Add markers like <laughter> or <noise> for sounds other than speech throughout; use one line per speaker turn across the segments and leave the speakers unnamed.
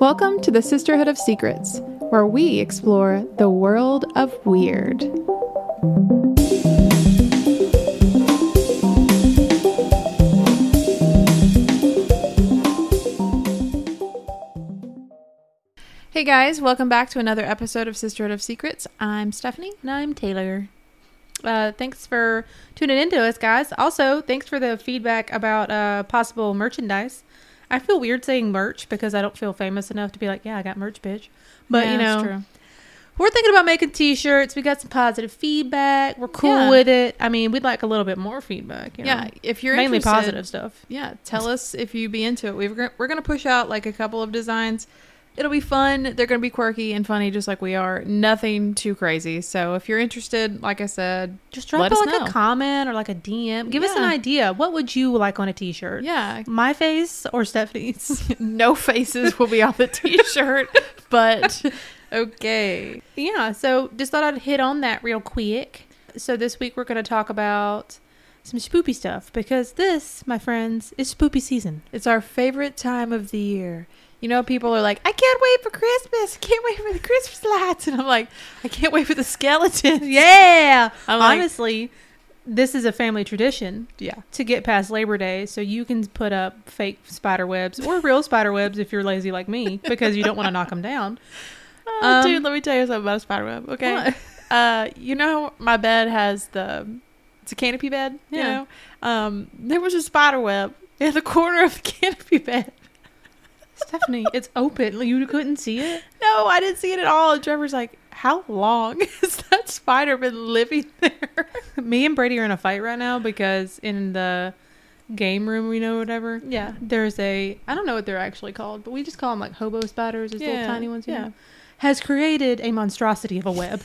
Welcome to the Sisterhood of Secrets, where we explore the world of weird. Hey guys, welcome back to another episode of Sisterhood of Secrets. I'm Stephanie.
And I'm Taylor.
Uh, thanks for tuning into us, guys. Also, thanks for the feedback about uh, possible merchandise. I feel weird saying merch because I don't feel famous enough to be like, yeah, I got merch, bitch. But
Yeah,
you
that's
know,
true.
we're thinking about making T-shirts. We got some positive feedback. We're cool
Yeah.
with it. I mean, we'd like a little bit more feedback. You
yeah,
know?
if you're
mainly
interested,
positive stuff.
Yeah, tell us if you'd be into it. We've, gr- we're going to push out like a couple of designs. It'll be fun. They're going to be quirky and funny, just like we are. Nothing too crazy. So if you're interested, like I said,
Just drop
Let
a,
us
like a
know.
comment or like a DM. Give us an
Yeah.
idea. What would you like on a T-shirt?
yeah, <laughs>
My face or Stephanie's?
no faces will be on <laughs> the T-shirt, <laughs> but okay.
<laughs> Yeah, so just thought I'd hit on that real quick. So this week we're going to talk about some spoopy stuff because this, my friends, is spoopy season.
It's our favorite time of the year. You know, people are like, I can't wait for Christmas. I can't wait for the Christmas lights. <laughs> And I'm like, I can't wait for the skeleton.
<laughs> Yeah.
<laughs> I'm like-
Honestly, this is a family tradition
Yeah.
to get past Labor Day so you can put up fake spider webs or real spider webs if you're lazy like me because you don't want to knock them down.
<laughs>
Um,
Oh, dude, let me tell you something about a spider web. Okay.
What?
Uh, you know, my bed has the, it's a canopy bed, you
Yeah.
know? Um, there was a spider web in the corner of the canopy bed.
Stephanie, it's open. You couldn't see it?
No, I didn't see it at all. And Trevor's like, how long <laughs> has that spider been living there?
<laughs> Me and Brady are in a fight right now because in the game room, we know whatever.
Yeah.
there's a I don't know what they're actually called, but we just call them like hobo spiders, those little
Yeah,
tiny ones. yeah,
yeah.
has created a monstrosity of a web.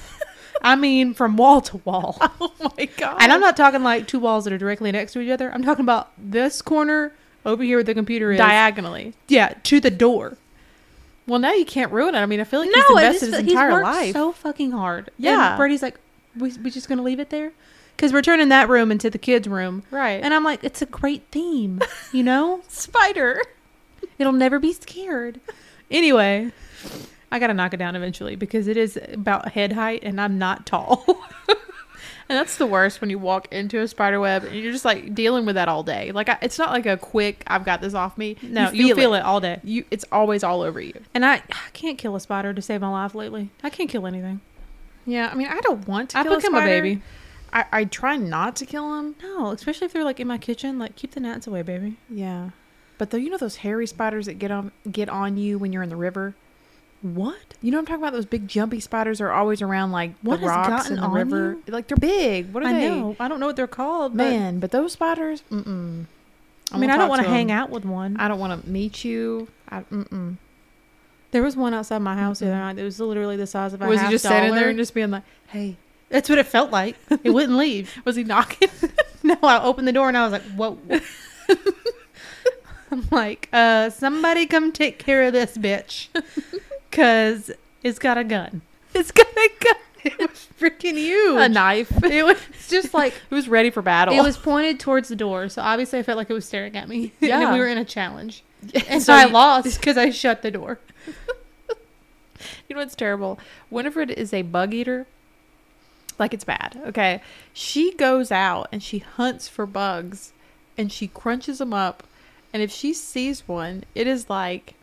I mean, from wall to wall,
<laughs> Oh my god.
and I'm not talking like two walls that are directly next to each other. I'm talking about this corner over here where the computer is.
diagonally.
yeah, to the door. Well, now you can't ruin it. I mean, I feel like he's
No, I
invested
just-
his
he's
entire
worked
life so fucking hard.
Yeah.
and Brady's like, we we just gonna leave it there because we're turning that room into the kids' room.
Right.
And I'm like, it's a great theme, you <laughs> know?
spider.
It'll never be scared. Anyway, I gotta knock it down eventually because it is about head height and I'm not tall.
<laughs> And that's the worst when you walk into a spider web and you're just like dealing with that all day. Like I, it's not like a quick I've got this off me.
No, you feel, it. all day.
You it's always all over you.
And I, I can't kill a spider to save my life lately. I can't kill anything.
Yeah, I mean I don't want to
I
kill
become
a
a
spider.
baby.
I, I try not to kill them.
No, especially if they're like in my kitchen. Like, keep the gnats away, baby.
Yeah. But though you know those hairy spiders that get on get on you when you're in the river?
What?
You know what I'm talking about? Those big jumpy spiders are always around like
What
the
has
rocks
gotten
in the
on
river. Like they're big. What are
I
they?
know. I don't know what they're called. Man,
Man, but those spiders, mm-mm.
I mean, I don't want to hang
out.
out with one.
I don't want to meet you. I, mm-mm.
there was one outside my house the other night that Mm-hmm. was literally the size of a
Was
half
he just standing
dollar.
there and just being like, "Hey"?
That's what it felt like. It wouldn't <laughs> leave.
Was he knocking?
<laughs> No, I opened the door and I was like, whoa. <laughs> I'm like, uh, somebody come take care of this bitch. <laughs> Cause it's got a gun.
it's gonna go.
<laughs> It was freaking huge.
A knife. <laughs>
It was <laughs> just like
He was ready for battle.
it was pointed towards the door, so obviously I felt like it was staring at me. <laughs> And then
Yeah.
we were in a <laughs> challenge. And so, I
you-
lost <laughs> because I shut the door.
<laughs> You know what's terrible? Winifred is a bug eater. Like it's bad. Okay, she goes out and she hunts for bugs, and she crunches them up. And if she sees one, it is like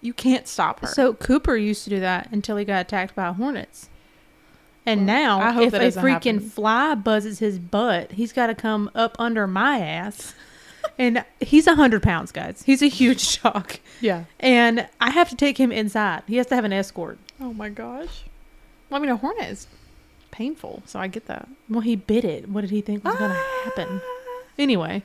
you can't stop her.
So Cooper used to do that until he got attacked by hornets. And now,
I hope
if
that
a
doesn't
freaking
happen.
fly buzzes his butt, he's got to come up under my
<laughs>
ass. and he's a hundred pounds, guys. He's a huge <laughs> dog,
yeah.
and I have to take him inside. He has to have an escort.
Oh my gosh. Well, I mean, a hornet is painful, so I get that.
Well, he bit it. What did he think was going to happen?
Ah.
Anyway,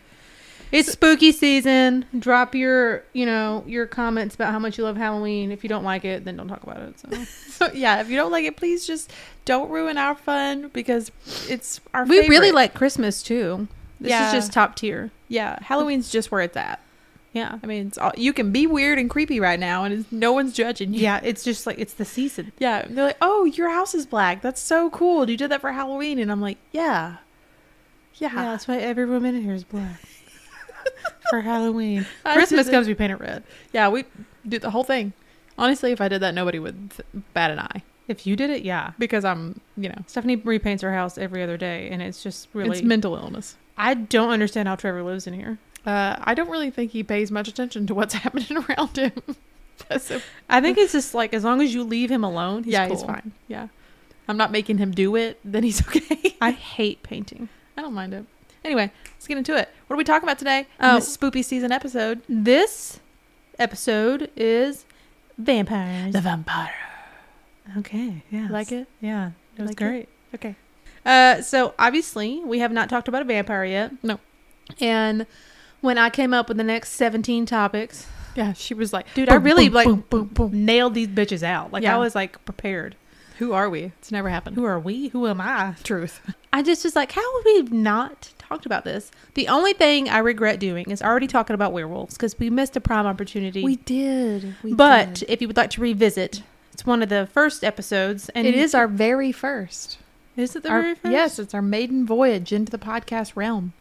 it's spooky season. Drop your, you know, your comments about how much you love Halloween. If you don't like it, then don't talk about it. So.
So yeah, if you don't like it, please just don't ruin our fun because it's our.
we really
favorite.
like Christmas too. This
Yeah.
is just top tier.
Yeah, Halloween's just where it's at.
Yeah.
I mean, it's all, you can be weird and creepy right now, and it's, no one's judging you.
Yeah, it's just like it's the season.
<laughs> Yeah, they're like, "Oh, your house is black. That's so cool. You did that for Halloween." And I'm like, "Yeah, yeah,
Yeah, that's why every woman in here is <laughs> black for Halloween.
I
Christmas
did it.
comes, we paint it red.
yeah." We did the whole thing. Honestly, if I did that, nobody would th- bat an eye
If you did it, yeah.
because I'm, you know,
Stephanie repaints her house every other day, and it's just really.
it's mental illness.
I don't understand how Trevor lives in here.
Uh, I don't really think he pays much attention to what's <laughs> happening around him. That's so-
I think it's just like as long as you leave him alone, he's
yeah,
cool.
he's fine. Yeah, I'm not making him do it. Then he's <laughs> okay.
I hate painting.
I don't mind it. Anyway, let's get into it. What are we talking about today?
Oh.
this spoopy season episode.
This episode is vampires.
vampire.
okay, yeah,
Like it?
Yeah, it was
Like it?
great.
Okay.
Uh, so obviously we have not talked about a vampire yet.
No.
And when I came up with the next seventeen topics,
Yeah, she was like,
dude, I
boom,
really
boom,
like
boom, boom, boom.
nailed these bitches out. Like
Yeah.
I was like prepared.
Who are we? It's never happened.
Who are we? Who am I?
Truth.
I just was like, how have we not talked about this? The only thing I regret doing is already talking about werewolves because we missed a prime opportunity.
did. We
but
but
if you would like to revisit, it's one of the first episodes, and
it is our very first.
Is it the
Our-
very first?
Yes, it's our maiden voyage into the podcast realm.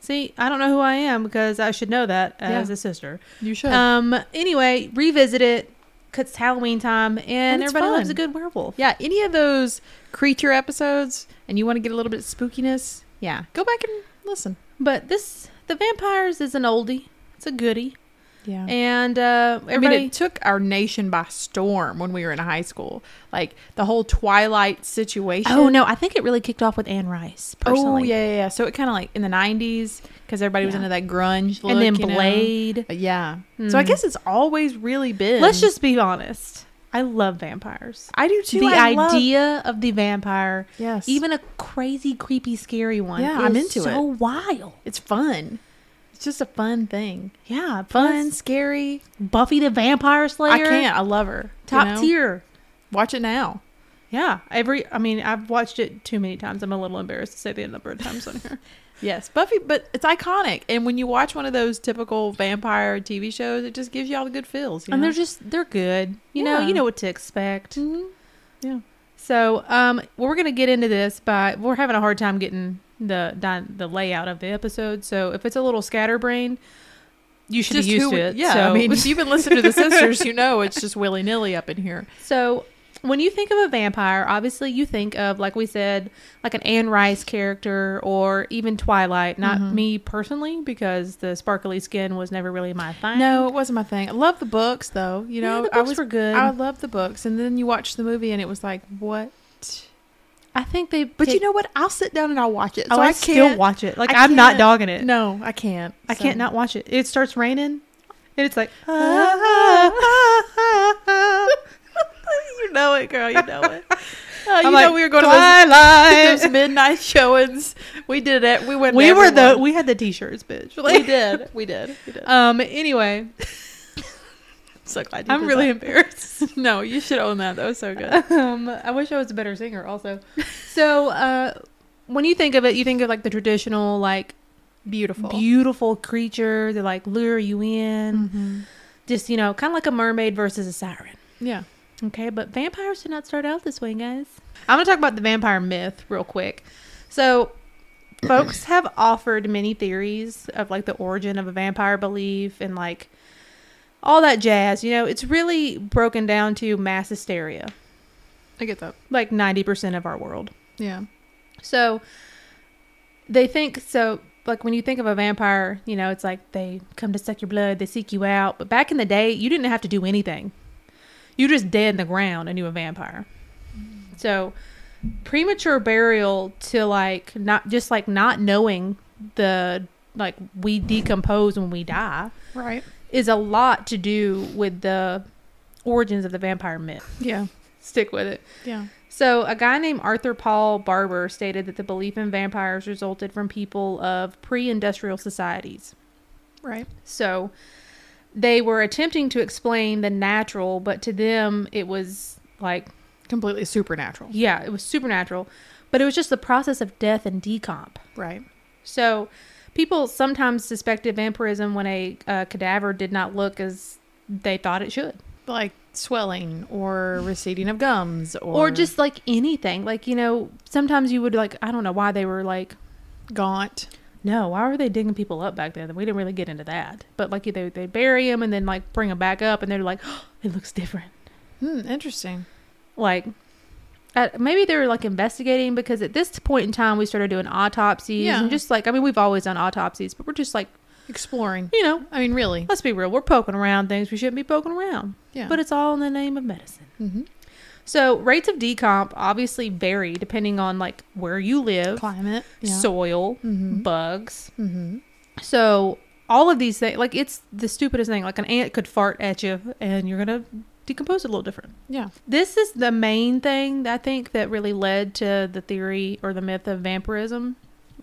See, I don't know who I am because I should know that as
Yeah.
a sister.
You should.
Um. Anyway, revisit it. 'cause it's Halloween time, and,
And it's
everybody loves
fun.
a good werewolf.
yeah, any of those creature episodes, and you want to get a little bit of spookiness, yeah, go back and listen.
But this, the vampires, is an oldie. It's a goodie,
Yeah.
and uh,
I mean,
everybody.
it took our nation by storm when we were in high school. Like the whole Twilight situation.
Oh no! I think it really kicked off with Anne Rice
Oh,
personally.
yeah, yeah, yeah. So it kind of like in the 90s, because everybody was
Yeah.
into that grunge look.
and then
you know?
Blade.
Uh, Yeah. So I
Hmm.
guess it's always really been.
Let's just be honest. I love vampires.
I do too.
the
I love-
idea of the vampire,
Yes. Even.
even a crazy, creepy, scary one,
Yeah,
is
I'm into
so wild.
It's fun. It's just a fun thing.
Yeah,
Fun,
plus
scary.
Buffy the Vampire Slayer.
I can't. I love her. you
Top
know?
tier.
Watch it now.
Yeah, every. I mean, I've watched it too many times. I'm a little embarrassed to say the number of times on here.
Yes, Buffy, but it's iconic. And when you watch one of those typical vampire TV shows, it just gives you all the good feels. You
<laughs> And
know?
they're just they're good. You know,
Yeah.
you know what to expect.
Mhm.
So, um, well, we're gonna get into this, but we're having a hard time getting the dy- the layout of the episode. So, if it's a little scatterbrained, you should
Just
be used
who
to
we-
it.
Yeah,
So,
I mean, if you've been listening to the sisters, you know it's just willy nilly up in here.
so when you think of a vampire, obviously you think of like we said, like an Anne Rice character or even Twilight. Not
Mhm.
me personally, because the sparkly skin was never really my
<laughs>
thing.
No, it wasn't my thing. I love the books, though. You know,
the books
I was
were good.
I
I,
love the books, and then you watch the movie, and it was like what?
think they,
But you know what? I'll sit down and I'll watch it.
oh,
So
I,
I,
still
can't.
watch it. Like
I
I'm not
can't-
dogging it.
no, I can't.
I
So-
can't not watch it. It starts raining, and it's like,
<laughs>
<laughs>
you know it, girl. You know <laughs> it. Uh, you know we were going to those,
Twilight.
<laughs> those midnight showings. We did it. We went. to
we were the
everyone.
we had the t-shirts, <laughs> bitch.
We did. We did. We did.
um. Anyway,
so glad. You
I'm
did
really
that.
embarrassed. <laughs>
No, you should own that. That was so good.
Um. I wish I was a better singer. Also, so uh, when you think of it, you think of like the traditional like
Beautiful.
beautiful creature that like lure you in,
Mhm.
just you know, kind of like a mermaid versus a siren.
Yeah.
Okay, but vampires did not start out this way, guys. I'm going to talk about the vampire myth real quick. So, folks have offered many theories of like the origin of a vampire belief and like all that jazz. You know, it's really broken down to mass hysteria,
I get that.
like 90% of our world.
Yeah.
So, they think so. Like when you think of a vampire, you know, it's like they come to suck your blood, they seek you out. But back in the day, you didn't have to do anything. You just dead in the ground and you a vampire. So premature burial to like not just like not knowing the like we decompose when we die
Right.
is a lot to do with the origins of the vampire myth.
Yeah.
Stick with it.
Yeah.
So, a guy named Arthur Paul Barber stated that the belief in vampires resulted from people of pre industrial societies.
Right.
So, they were attempting to explain the natural, but to them, it was like,
Completely supernatural.
yeah, it was supernatural, but it was just the process of death and decomp.
Right.
So, people sometimes suspected vampirism when a uh, cadaver did not look as they thought it should.
Like swelling or receding of gums or
Or, just like anything. Like, you know, sometimes you would, like, I don't know why they were like,
gaunt.
No, why were they digging people up back then? We didn't really get into that. But like they they bury them and then like bring them back up, and they're like, oh, it looks different.
Hmm, interesting.
Like, uh, maybe they were like investigating because at this point in time, we started doing autopsies
Yeah.
and just like, I mean, we've always done autopsies, but we're just like,
Exploring.
you know,
I mean, really.
let's be real. We're poking around things we shouldn't be poking around,
Yeah.
but it's all in the name of medicine.
mm-hmm.
So rates of decomp obviously vary depending on like where you live,
climate. So.
soil,
Mm-hmm.
bugs.
mm-hmm.
So all of these things, like it's the stupidest thing. Like an ant could fart at you, and you're gonna decompose a little different.
Yeah.
This is the main thing that I think that really led to the theory or the myth of vampirism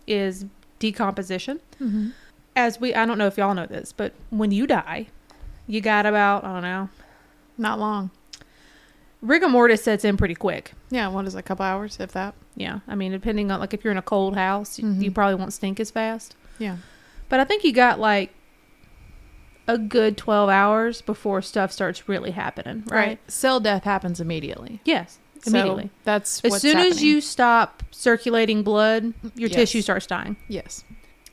is decomposition.
Mm-hmm.
As we, I don't know if y'all know this, but when you die, you got about I don't know.
Not long.
Rigor mortis sets in pretty quick.
Yeah. What is it, a couple hours, if that?
Yeah, I mean, depending on like if you're in a cold house, y-
Mhm.
you probably won't stink as fast.
Yeah.
But I think you got like a good 12 hours before stuff starts really happening, right?
Cell death happens immediately.
Yes,
So
immediately.
that's
as
what's
soon as
happening.
you stop circulating blood, your
Yes.
tissue starts dying.
Yes.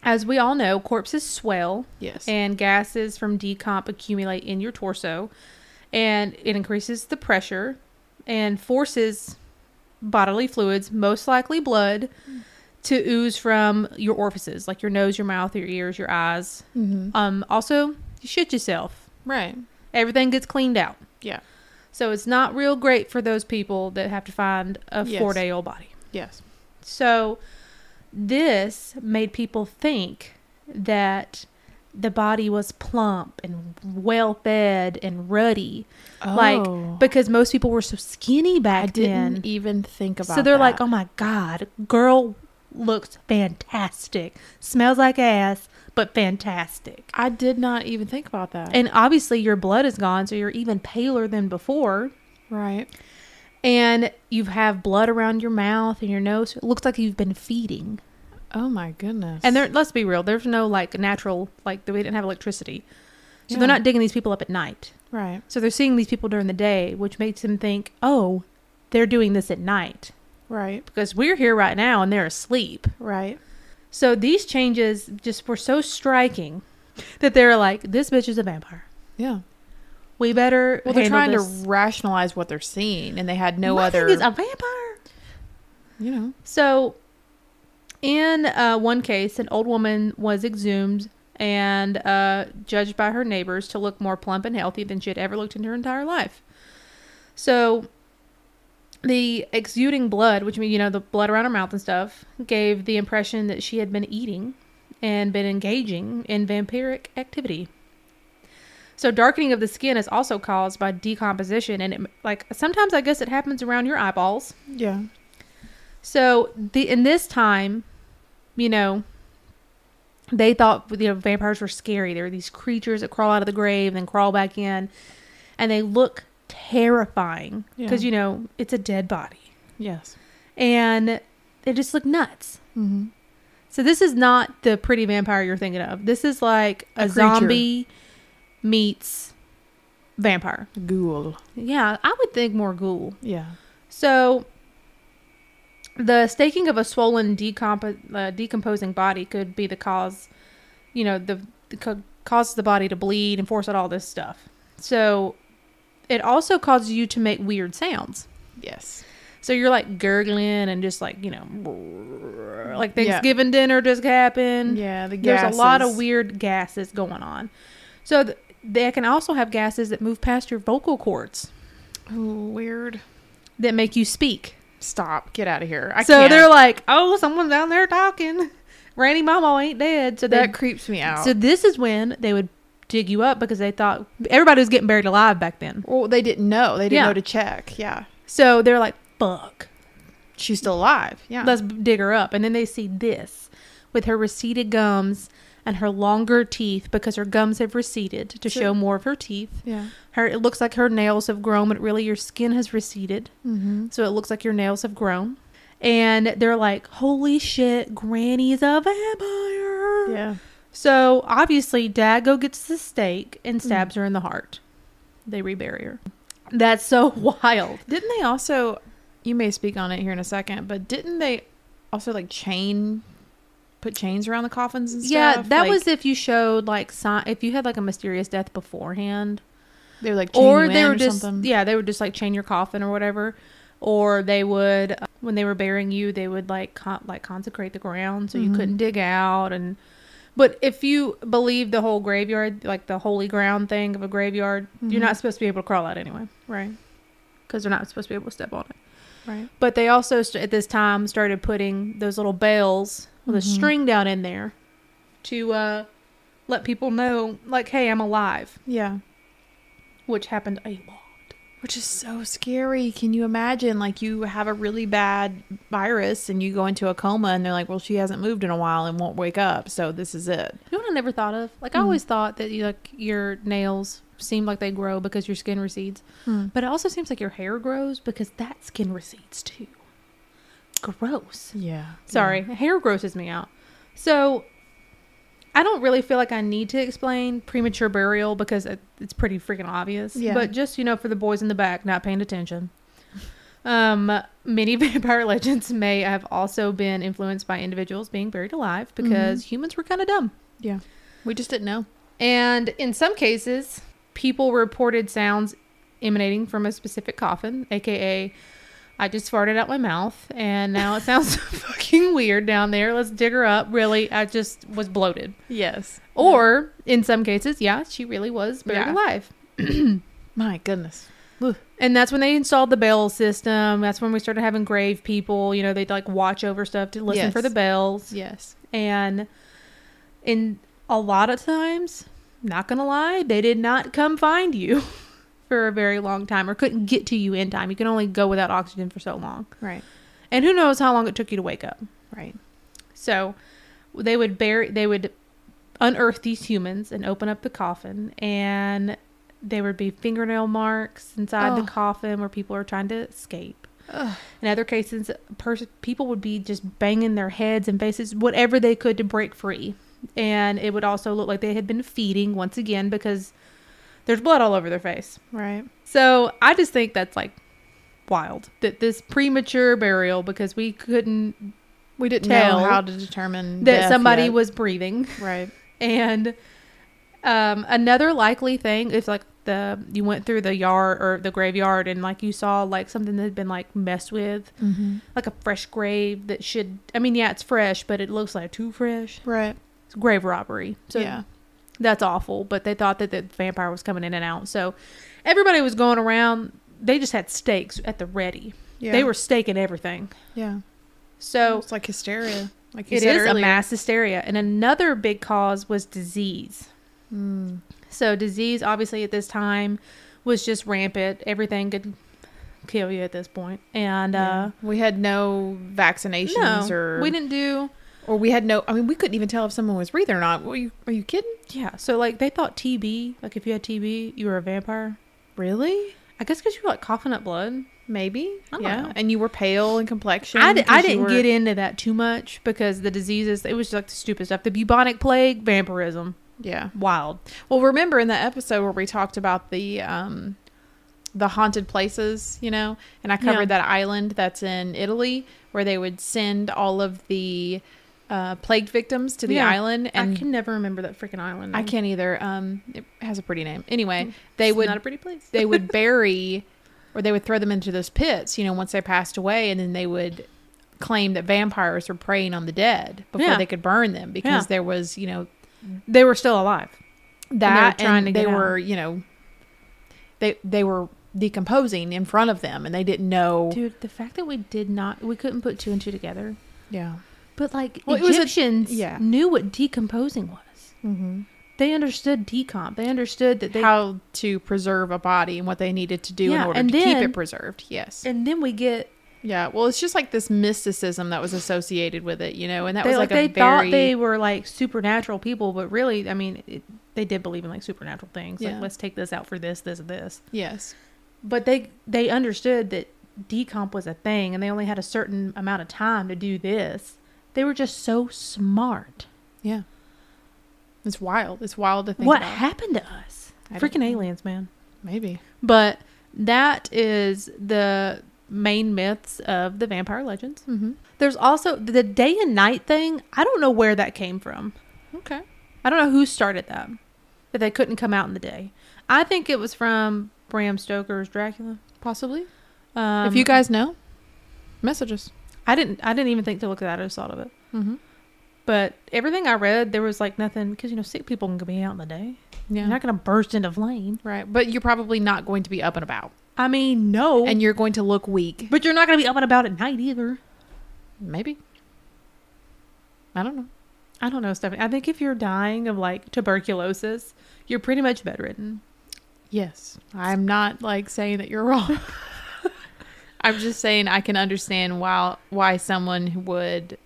As we all know, corpses swell
Yes.
and gases from decomp accumulate in your torso and it increases the pressure and forces bodily fluids most likely blood to ooze from your orifices like your nose your mouth your ears your eyes
mm-hmm.
um also you shit yourself
right.
everything gets cleaned out
Yeah.
so it's not real great for those people that have to find a
Yes.
four day old body
Yes.
so this made people think that the body was plump and well fed and ruddy
Oh.
because most people were so skinny back
I didn't
then.
even think about.
So they're like,
that.
"Oh my god, girl looks fantastic. Smells like ass, but fantastic."
I did not even think about that.
And obviously your blood is gone, so you're even paler than before.
right.
And you have blood around your mouth and your nose. It looks like you've been feeding.
Oh my goodness.
And there, let's be real. There's no like natural like we didn't have electricity, so
Yeah.
they're not digging these people up at night.
right.
So they're seeing these people during the day, which makes them think, oh, they're doing this at night
Right.
because we're here right now and they're asleep.
Right.
So these changes just were so striking that they're like, this bitch is a vampire.
Yeah.
We better.
Well, they're
handle
trying
this."
to rationalize what they're seeing, and they had no
My thing
other.
is um, a vampire.
you know.
So, in uh, one case, an old woman was exhumed and uh, judged by her neighbors to look more plump and healthy than she had ever looked in her entire life. So, the exuding blood, which means, you know, the blood around her mouth and stuff, gave the impression that she had been eating and been engaging in vampiric activity. So darkening of the skin is also caused by decomposition and it, like sometimes I guess it happens around your eyeballs.
Yeah.
So the in this time, you know, they thought you know vampires were scary. There were these creatures that crawl out of the grave and then crawl back in, and they look terrifying because
Yeah.
you know it's a dead body,
Yes.
and they just look nuts.
Mm-hmm.
So this is not the pretty vampire you're thinking of. This is like
A
a,
creature.
zombie meets vampire.
Ghoul.
Yeah, I would think more ghoul.
Yeah.
So, the staking of a swollen, decomp- uh, decomposing body could be the cause, you know, the, the co- causes the body to bleed and force out all this stuff. So, it also causes you to make weird sounds.
Yes.
So you're like gurgling and just like you know, like
Yeah.
Thanksgiving dinner just happened.
Yeah. The
There's a lot of
gases.
weird gases going on. So th- they can also have gases that move past your vocal cords
Ooh, weird.
that make you speak.
Stop. Get out of here. I
so
can't.
they're like, "Oh, someone's down there talking. <laughs> Randy Mama ain't dead." So
that
that
creeps me out.
so this is when they would dig you up because they thought everybody was getting buried alive back then.
well, they didn't know. They didn't
Yeah.
know to check. Yeah.
So they're like, "Fuck,
She's still alive. Yeah.
let's dig her up." And then they see this with her receded gums and her longer teeth because her gums have receded to
Sure.
show more of her teeth.
yeah.
Her it looks like her nails have grown, but really your skin has receded.
Mm-hmm.
So it looks like your nails have grown. And they're like, holy shit, Granny's a vampire.
Yeah.
So obviously, Dago gets the stake and stabs her in the heart. They rebury her. That's so <laughs> wild.
Didn't they also? You may speak on it here in a second, but didn't they also like chain, put chains around the coffins and stuff?
Yeah, that
Like-
was if you showed like sign, if you had like a mysterious death beforehand.
They were like, chain
or
you
they
in
were
or
just
something.
yeah they would just like chain your coffin or whatever or they would uh, when they were burying you they would like con- like consecrate the ground so
Mhm.
you couldn't dig out and but if you believe the whole graveyard like the holy ground thing of a graveyard
Mhm.
you're not supposed to be able to crawl out anyway
right,
because they're not supposed to be able to step on it
right.
but they also st- at this time started putting those little bells with a
Mhm.
string down in there to uh let people know like hey i'm alive
Yeah,
which happened a lot
which is so scary. Can you imagine? Like you have a really bad virus and you go into a coma, and they're like, "Well, she hasn't moved in a while and won't wake up, so this is it."
You know what I never thought of? Like
Mm.
I always thought that you, like your nails seem like they grow because your skin recedes,
Hmm.
but it also seems like your hair grows because that skin recedes too. Gross.
Yeah.
Sorry, hair grosses me out. So I don't really feel like I need to explain premature burial because it, it's pretty freaking obvious.
Yeah.
But just you know, for the boys in the back not paying attention. Um, many <laughs> vampire legends may have also been influenced by individuals being buried alive because humans were kind of dumb.
We just didn't know.
And in some cases, people reported sounds emanating from a specific coffin, aka I just farted out my mouth and now it sounds <laughs> fucking weird down there. Let's dig her up. Really, I just was bloated.
Yes. Or
Or in some cases, yeah, she really was buried
Yeah.
alive.
my goodness.
And that's when they installed the bell system. That's when we started having grave people. You know, they'd like watch over stuff to listen
Yes.
for the bells.
Yes.
And in a lot of times, not gonna lie, they did not come find you <laughs> for a very long time or couldn't get to you in time. You can only go without oxygen for so long.
Right.
And who knows how long it took you to wake up.
Right.
So they would bury they would unearth these humans and open up the coffin and there would be fingernail marks inside
Oh.
the coffin where people are trying to escape.
Ugh.
In other cases, pers- people would be just banging their heads and faces, whatever they could to break free. And it would also look like they had been feeding once again because there's blood all over their face.
Right.
So I just think that's like wild that this premature burial because we couldn't
We didn't
Tell
know how to determine
that
death
somebody
yet.
was breathing
right.
and um, another likely thing if like the you went through the yard or the graveyard and like you saw like something that had been like messed with
Mm-hmm.
like a fresh grave that should i mean yeah it's fresh but it looks like too fresh
Right.
it's grave robbery so
yeah.
that's awful but they thought that the vampire was coming in and out so everybody was going around they just had stakes at the ready
Yeah.
they were staking everything
Yeah.
so
it's like hysteria. Like you
it
said
is a
earlier.
mass hysteria and another big cause was disease
Mm.
So disease, obviously, at this time was just rampant. Everything could kill you at this point, and
Yeah.
uh,
we had no vaccinations
no,
or
we didn't do.
or we had no I mean we couldn't even tell if someone was breathing or not. Were you are you kidding?
Yeah, so like they thought TB, like if you had TB, you were a vampire.
Really?
I guess because you were like coughing up blood.
Maybe.
I don't
yeah.
know.
And you were pale in complexion.
I d-
'cause
I
you
didn't
were-
get into that too much because the diseases, it was just like the stupid stuff. The bubonic plague, vampirism,
Yeah.
wild.
Well, remember in the episode where we talked about the um the haunted places, you know, and I covered that island that's in Italy where they would send all of the uh, plague victims to the
Yeah.
island, and
I can never remember that freaking island.
I
name.
can't either. Um, it has a pretty name. Anyway,
Mm-hmm. Mm.
they
It's
would
not a pretty place.
<laughs> they would bury or they would throw them into those pits, you know, once they passed away, and then they would claim that vampires were preying on the dead before
Yeah.
they could burn them because
Yeah.
there was, you know,
They were still alive.
that and they were,
trying to get out.
you know, they they were decomposing in front of them, and they didn't know.
Dude, the fact that we did not, we couldn't put two and two together.
Yeah.
But like
Well, it was a-
Egyptians
yeah.
knew what decomposing was.
Mm-hmm.
They understood decomp. They understood that they
How to preserve a body and what they needed to do in
Yeah,
order to
and
keep
then-
it preserved. Yes.
and then we get
Yeah, well, it's just like this mysticism that was associated with it, you know, and that
they
was
like,
like,
they
a very
thought they were like supernatural people, but really, I mean, it, they did believe in like supernatural things.
Yeah.
Like let's take this out for this, this, this.
yes,
But they they understood that decomp was a thing, and they only had a certain amount of time to do this. They were just so smart.
yeah. It's wild. It's wild to think
what
about.
happened to us?
I don't
Freaking
know.
aliens, man.
Maybe.
But that is the main myths of the vampire legends.
Mm-hmm.
There's also the day and night thing. I don't know where that came from.
Okay.
I don't know who started that, that they couldn't come out in the day. I think it was from Bram Stoker's Dracula.
Possibly.
Um,
if you guys know, message us.
I didn't, I didn't even think to look at that. I just thought of it.
Mm-hmm.
But everything I read, there was like nothing because you know sick people can be out in the day.
Yeah.
You're not gonna burst into flame.
right. But you're probably not going to be up and about,
I mean, no.
and you're going to look weak.
but you're not gonna be up and about at night either.
Maybe. I don't know.
I don't know, Stephanie. I think if you're dying of like tuberculosis, you're pretty much bedridden.
Yes, I'm not like saying that you're wrong. I'm just saying I can understand why why someone would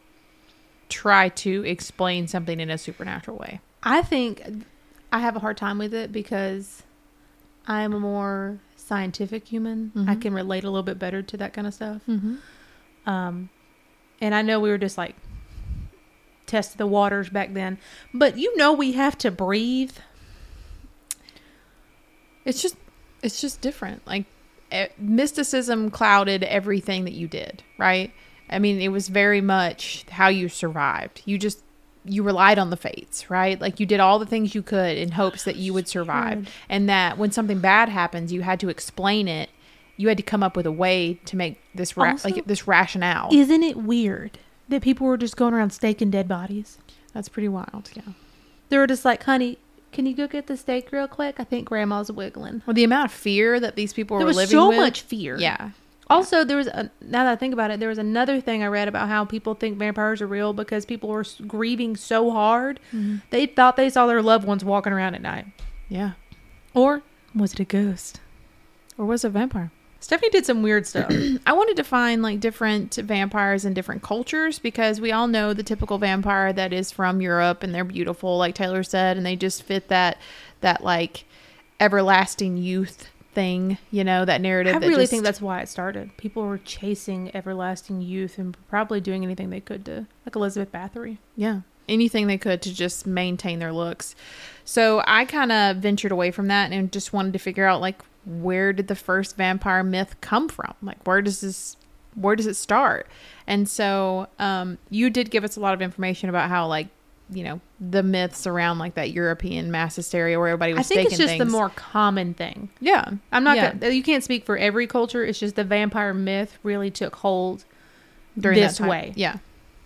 try to explain something in a supernatural way.
I think I have a hard time with it because I am a more scientific human. I
Mhm.
can relate a little bit better to that kind of stuff.
Mm-hmm.
Um, and I know we were just like testing the waters back then, but you know we have to breathe.
It's just it's just different. Like eh, mysticism clouded everything that you did, right? I mean, it was very much how you survived. You just you relied on the fates, right? Like you did all the things you could in hopes that you would survive and that when something bad happens, you had to explain it. You had to come up with a way to make this ra-
Also-
like this rationale.
Isn't it weird that people were just going around staking dead bodies?
That's pretty wild, yeah.
They were just like, honey, can you go get the steak real quick? I think grandma's wiggling.
Well, the amount of fear that these people
there
were
was
living
so
with,
much fear.
yeah,
Also, there was a, now that I think about it, there was another thing I read about how people think vampires are real because people were s- grieving so hard
Mm-hmm.
they thought they saw their loved ones walking around at night.
yeah.
Or was it a ghost?
Or was it a vampire?
Stephanie did some weird stuff.
<clears throat> I wanted to find like different vampires in different cultures because we all know the typical vampire that is from Europe and they're beautiful, like Taylor said, and they just fit that that like everlasting youth thing, you know, that <clears throat> narrative.
I
that
really
just-
think that's why it started. People were chasing everlasting youth and probably doing anything they could to, like Elizabeth Bathory.
yeah anything they could to just maintain their looks. So I kind of ventured away from that and just wanted to figure out like where did the first vampire myth come from? Like where does this where does it start? And so um, you did give us a lot of information about how like you know the myths around like that European mass hysteria where everybody
I
was
think it's
taking
just the
things.
more common thing.
yeah
I'm not.
Yeah.
Gonna, you can't speak for every culture. It's just the vampire myth really took hold.
during
this
that time.
way.
Yeah.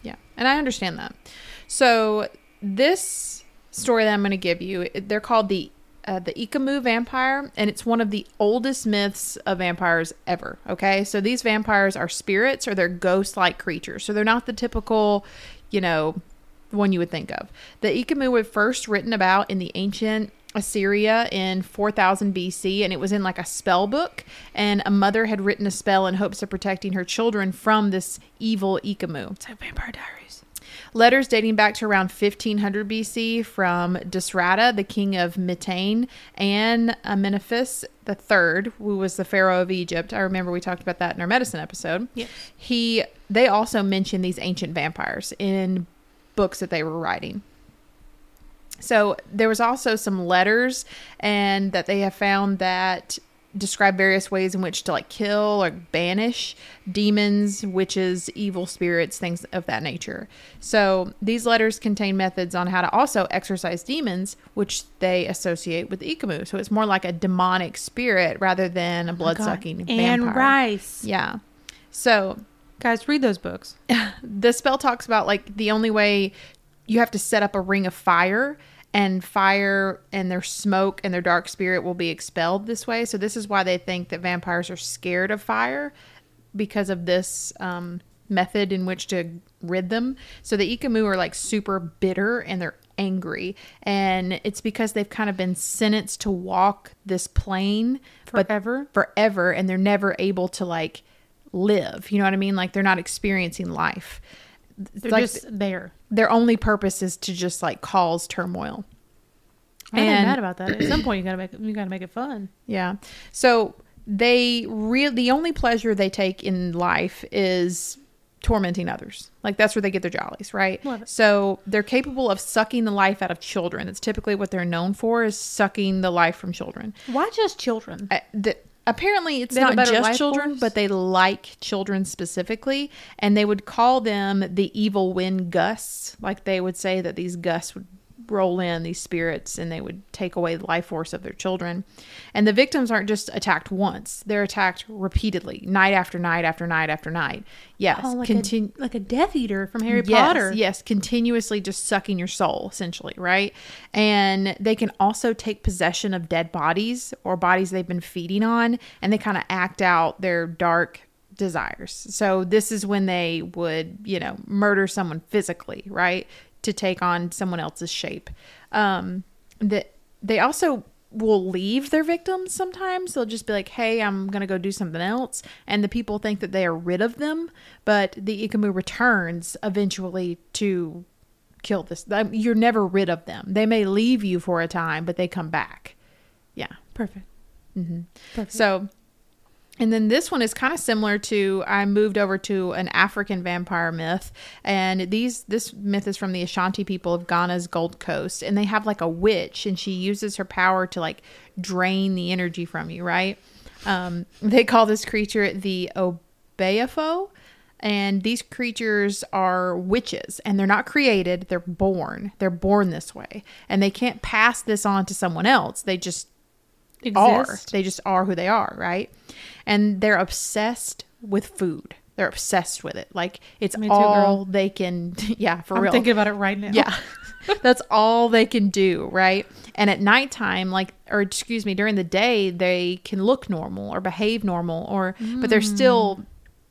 Yeah. And I understand that. So this story that I'm going to give you, they're called the uh, the Ikamu vampire, and it's one of the oldest myths of vampires ever. Okay, so these vampires are spirits or they're ghost-like creatures. So they're not the typical, you know, one you would think of. The Ikamu were first written about in the ancient Assyria in 4000 BC, and it was in like a spell book. And a mother had written a spell in hopes of protecting her children from this evil Ikamu.
It's like Vampire Diaries.
Letters dating back to around 1500 BC from Disrata, the king of Mitane, and Amenophis III, who was the pharaoh of Egypt. I remember we talked about that in our medicine episode.
Yes.
He they also mentioned these ancient vampires in books that they were writing. So there was also some letters and that they have found that describe various ways in which to like kill or banish demons, witches, evil spirits, things of that nature. So these letters contain methods on how to also exorcise demons, which they associate with Ikamu. So it's more like a demonic spirit rather than a blood sucking
Oh and
vampire.
rice.
Yeah. So
Guys, read those books.
<sighs> the spell talks about like the only way you have to set up a ring of fire and fire and their smoke and their dark spirit will be expelled this way. So this is why they think that vampires are scared of fire because of this um, method in which to rid them. So the Ikamu are like super bitter and they're angry and it's because they've kind of been sentenced to walk this plane but
Forever.
forever and they're never able to like live. You know what I mean? Like they're not experiencing life. It's
They're
like
just there.
their only purpose is to just like cause turmoil.
I'm not
And-
mad about that. At some point, you gotta make you gotta make it fun.
Yeah. So they real the only pleasure they take in life is tormenting others. Like that's where they get their jollies, right?
Love it.
So they're capable of sucking the life out of children. That's typically what they're known for is sucking the life from children.
Why just children?
I- the, apparently it's
They have a
not
better
just
life
children
force?
but they like children specifically and they would call them the evil wind gusts like they would say that these gusts would roll in these spirits and they would take away the life force of their children. And the victims aren't just attacked once, they're attacked repeatedly, night after night after night after night. Yes,
Oh, like,
continue.
a, like a Death Eater from Harry
yes,
Potter.
Yes, continuously just sucking your soul, essentially, right? And they can also take possession of dead bodies or bodies they've been feeding on, and they kind of act out their dark desires. So this is when they would, you know, murder someone physically, right? To take on someone else's shape. Um, that they also will leave their victims sometimes. They'll just be like, hey, I'm going to go do something else. And the people think that they are rid of them, but the Ikumu returns eventually to kill this. um, You're never rid of them. They may leave you for a time, but they come back. Yeah.
Perfect.
hmm
Perfect.
So, and then this one is kind of similar to I moved over to an African vampire myth, and these this myth is from the Ashanti people of Ghana's Gold Coast, and they have like a witch, and she uses her power to like drain the energy from you, right? Um, <laughs> they call this creature the Obeafo. And these creatures are witches, and they're not created, they're born. They're born this way. And they can't pass this on to someone else. They just are.
Exist.
They just are who they are, right? And they're obsessed with food. They're obsessed with it. Like it's
Me too, girl.
all they can. <laughs> Yeah, for
I'm
real.
thinking about it right now.
Yeah. <laughs> That's all they can do, right? And at nighttime, like, or excuse me, during the day, they can look normal or behave normal, or, but
Mm.
they're still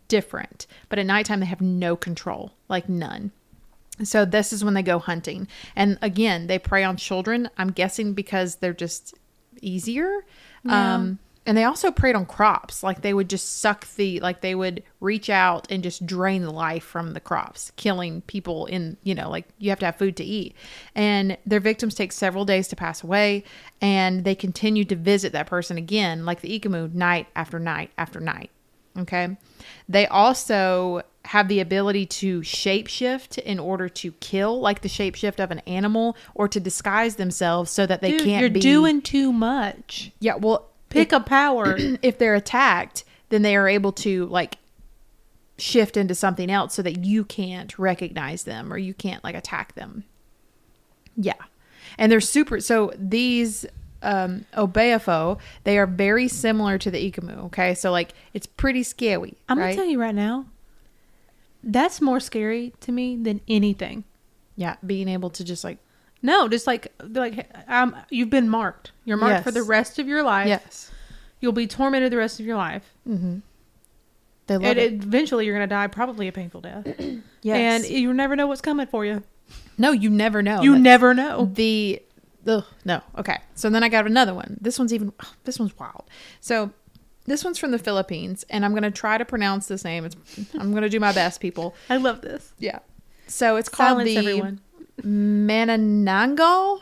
different. But at nighttime, they have no control, like none. So this is when they go hunting. And again, they prey on children, I'm guessing because they're just easier.
Yeah.
Um, and they also preyed on crops. Like they would just suck the, like they would reach out and just drain the life from the crops, killing people in, you know, like you have to have food to eat. And their victims take several days to pass away and they continue to visit that person again, like the Ikumu, night after night after night. Okay. They also have the ability to shapeshift in order to kill, like the shapeshift of an animal, or to disguise themselves so that they
Dude,
can't
you're
be.
doing too much.
yeah, well,
Pick a power.
if <clears throat> they're attacked, then they are able to like shift into something else so that you can't recognize them or you can't like attack them. Yeah. And they're super so these um Obeafo, they are very similar to the Ikumu, okay? So like it's pretty scary.
I'm
right?
gonna tell you right now. That's more scary to me than anything.
Yeah, being able to just like
No, just like like um, you've been marked. You're marked for
Yes.
the rest of your life.
yes.
You'll be tormented the rest of your life,
Mhm. They love
and
it.
eventually you're gonna die, probably a painful death.
Yes.
And you never know what's coming for you.
no, you never know.
you
Like,
never know.
the ugh, no okay so then i got another one this one's even ugh, this one's wild so this one's from the philippines and i'm gonna try to pronounce this name it's, i'm gonna do my best people
I love this.
yeah so it's called
Silence
the
everyone.
Manananggal.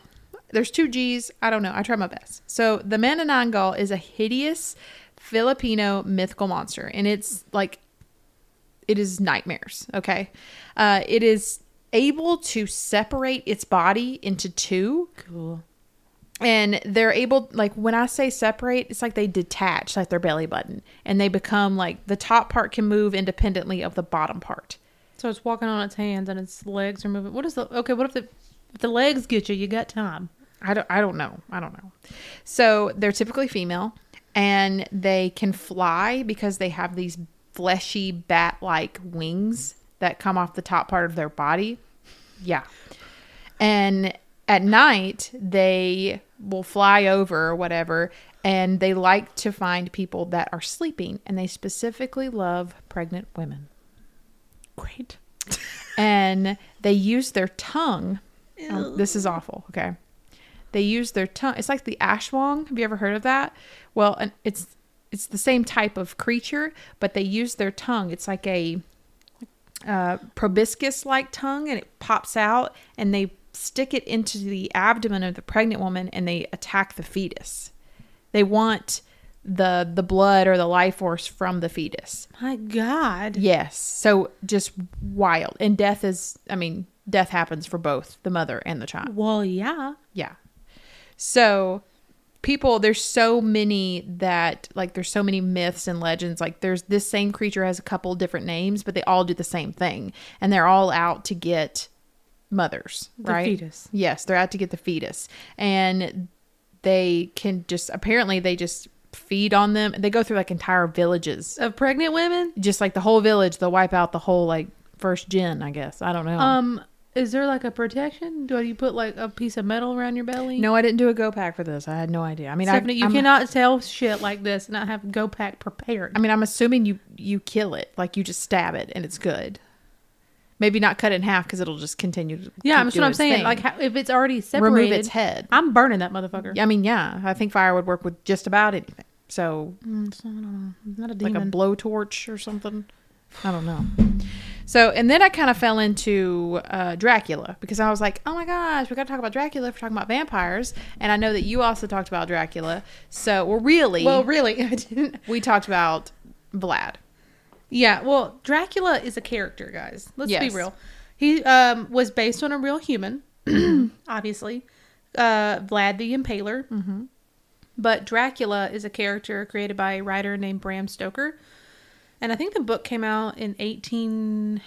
There's two G's. I don't know. I try my best. So the Manananggal is a hideous Filipino mythical monster, and it's like it is nightmares. Okay, uh, it is able to separate its body into two
Cool.
and they're able like when i say separate it's like they detach like their belly button and they become like the top part can move independently of the bottom part
So it's walking on its hands and its legs are moving. What is the okay? What if the if the legs get you? You got time.
I don't, I don't know. I don't know. So they're typically female and they can fly because they have these fleshy bat like wings that come off the top part of their body. Yeah. And at night, they will fly over or whatever and they like to find people that are sleeping and they specifically love pregnant women.
Great.
And they use their tongue Oh, this is awful. Okay. They use their tongue. It's like the ashwang. Have you ever heard of that? Well, and it's it's the same type of creature, but they use their tongue. It's like a uh, proboscis like tongue, and it pops out, and they stick it into the abdomen of the pregnant woman, and they attack the fetus. They want the the blood or the life force from the fetus.
My God.
Yes. So just wild. And death is, I mean, death happens for both the mother and the child.
Well, yeah.
Yeah. So people, there's so many that, like, there's so many myths and legends. Like, there's this same creature has a couple different names, but they all do the same thing. And they're all out to get mothers,
The
right?
fetus.
Yes, they're out to get the fetus, and they can just apparently they just feed on them. They go through like entire villages,
of pregnant women.
just like the whole village. They'll wipe out the whole like first gen, I guess. I don't know.
Um, is there like a protection? Do you put like a piece of metal around your belly?
no, I didn't do a go pack for this. I had no idea. I mean, I,
Stephanie, you
I'm-
cannot tell shit like this and not have go pack prepared.
I mean, I'm assuming you you kill it, like you just stab it, and it's good. Maybe not cut it in half because it'll just continue. To
yeah,
keep
that's
doing
what I'm
its
saying.
thing.
Like how, if it's already separated,
remove its head.
I'm burning that motherfucker.
I mean, yeah, I think fire would work with just about anything. So,
Mm, so I don't know. It's not a
like
demon.
a blowtorch or something. I don't know. So, and then I kind of fell into uh, Dracula because I was like, oh my gosh, we got to talk about Dracula if we're talking about vampires. And I know that you also talked about Dracula. So, well, really,
well, really, <laughs> I didn't.
we talked about Vlad.
Yeah, well, Dracula is a character, guys. Let's
Yes.
be real. He um, was based on a real human, <clears throat> obviously. Uh, Vlad the Impaler. Mm-hmm. But Dracula is a character created by a writer named Bram Stoker. And I think the book came out in 18,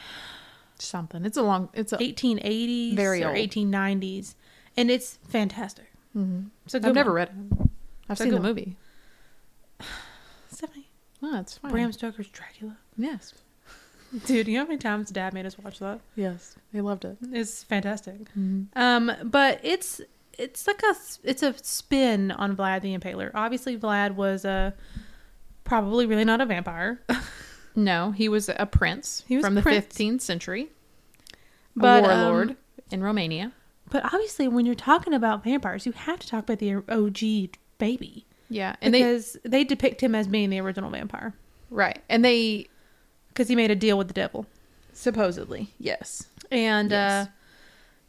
Something. It's a long, it's a,
1880s
Very
or
old.
1890s. And it's fantastic.
Mhm.
So good
I've never
one.
read it. I've
So
seen the
good one. Oh,
movie.
Stephanie,
No, it's fine.
Bram Stoker's Dracula. <laughs>
Yes.
Dude, you know how many times Dad made us watch that?
Yes. They loved it.
It's fantastic. Um, but it's it's like a s- it's a spin on Vlad the Impaler. Obviously, Vlad was a probably really not a vampire, <laughs>
No, he was a prince.
He was
from the
prince.
15th century. A
but um,
warlord in Romania.
but obviously, when you're talking about vampires, you have to talk about the OG baby
Yeah, and
because they depict him as being the original vampire
they right, and they
because he made a deal with the devil.
supposedly yes,
and
Yes.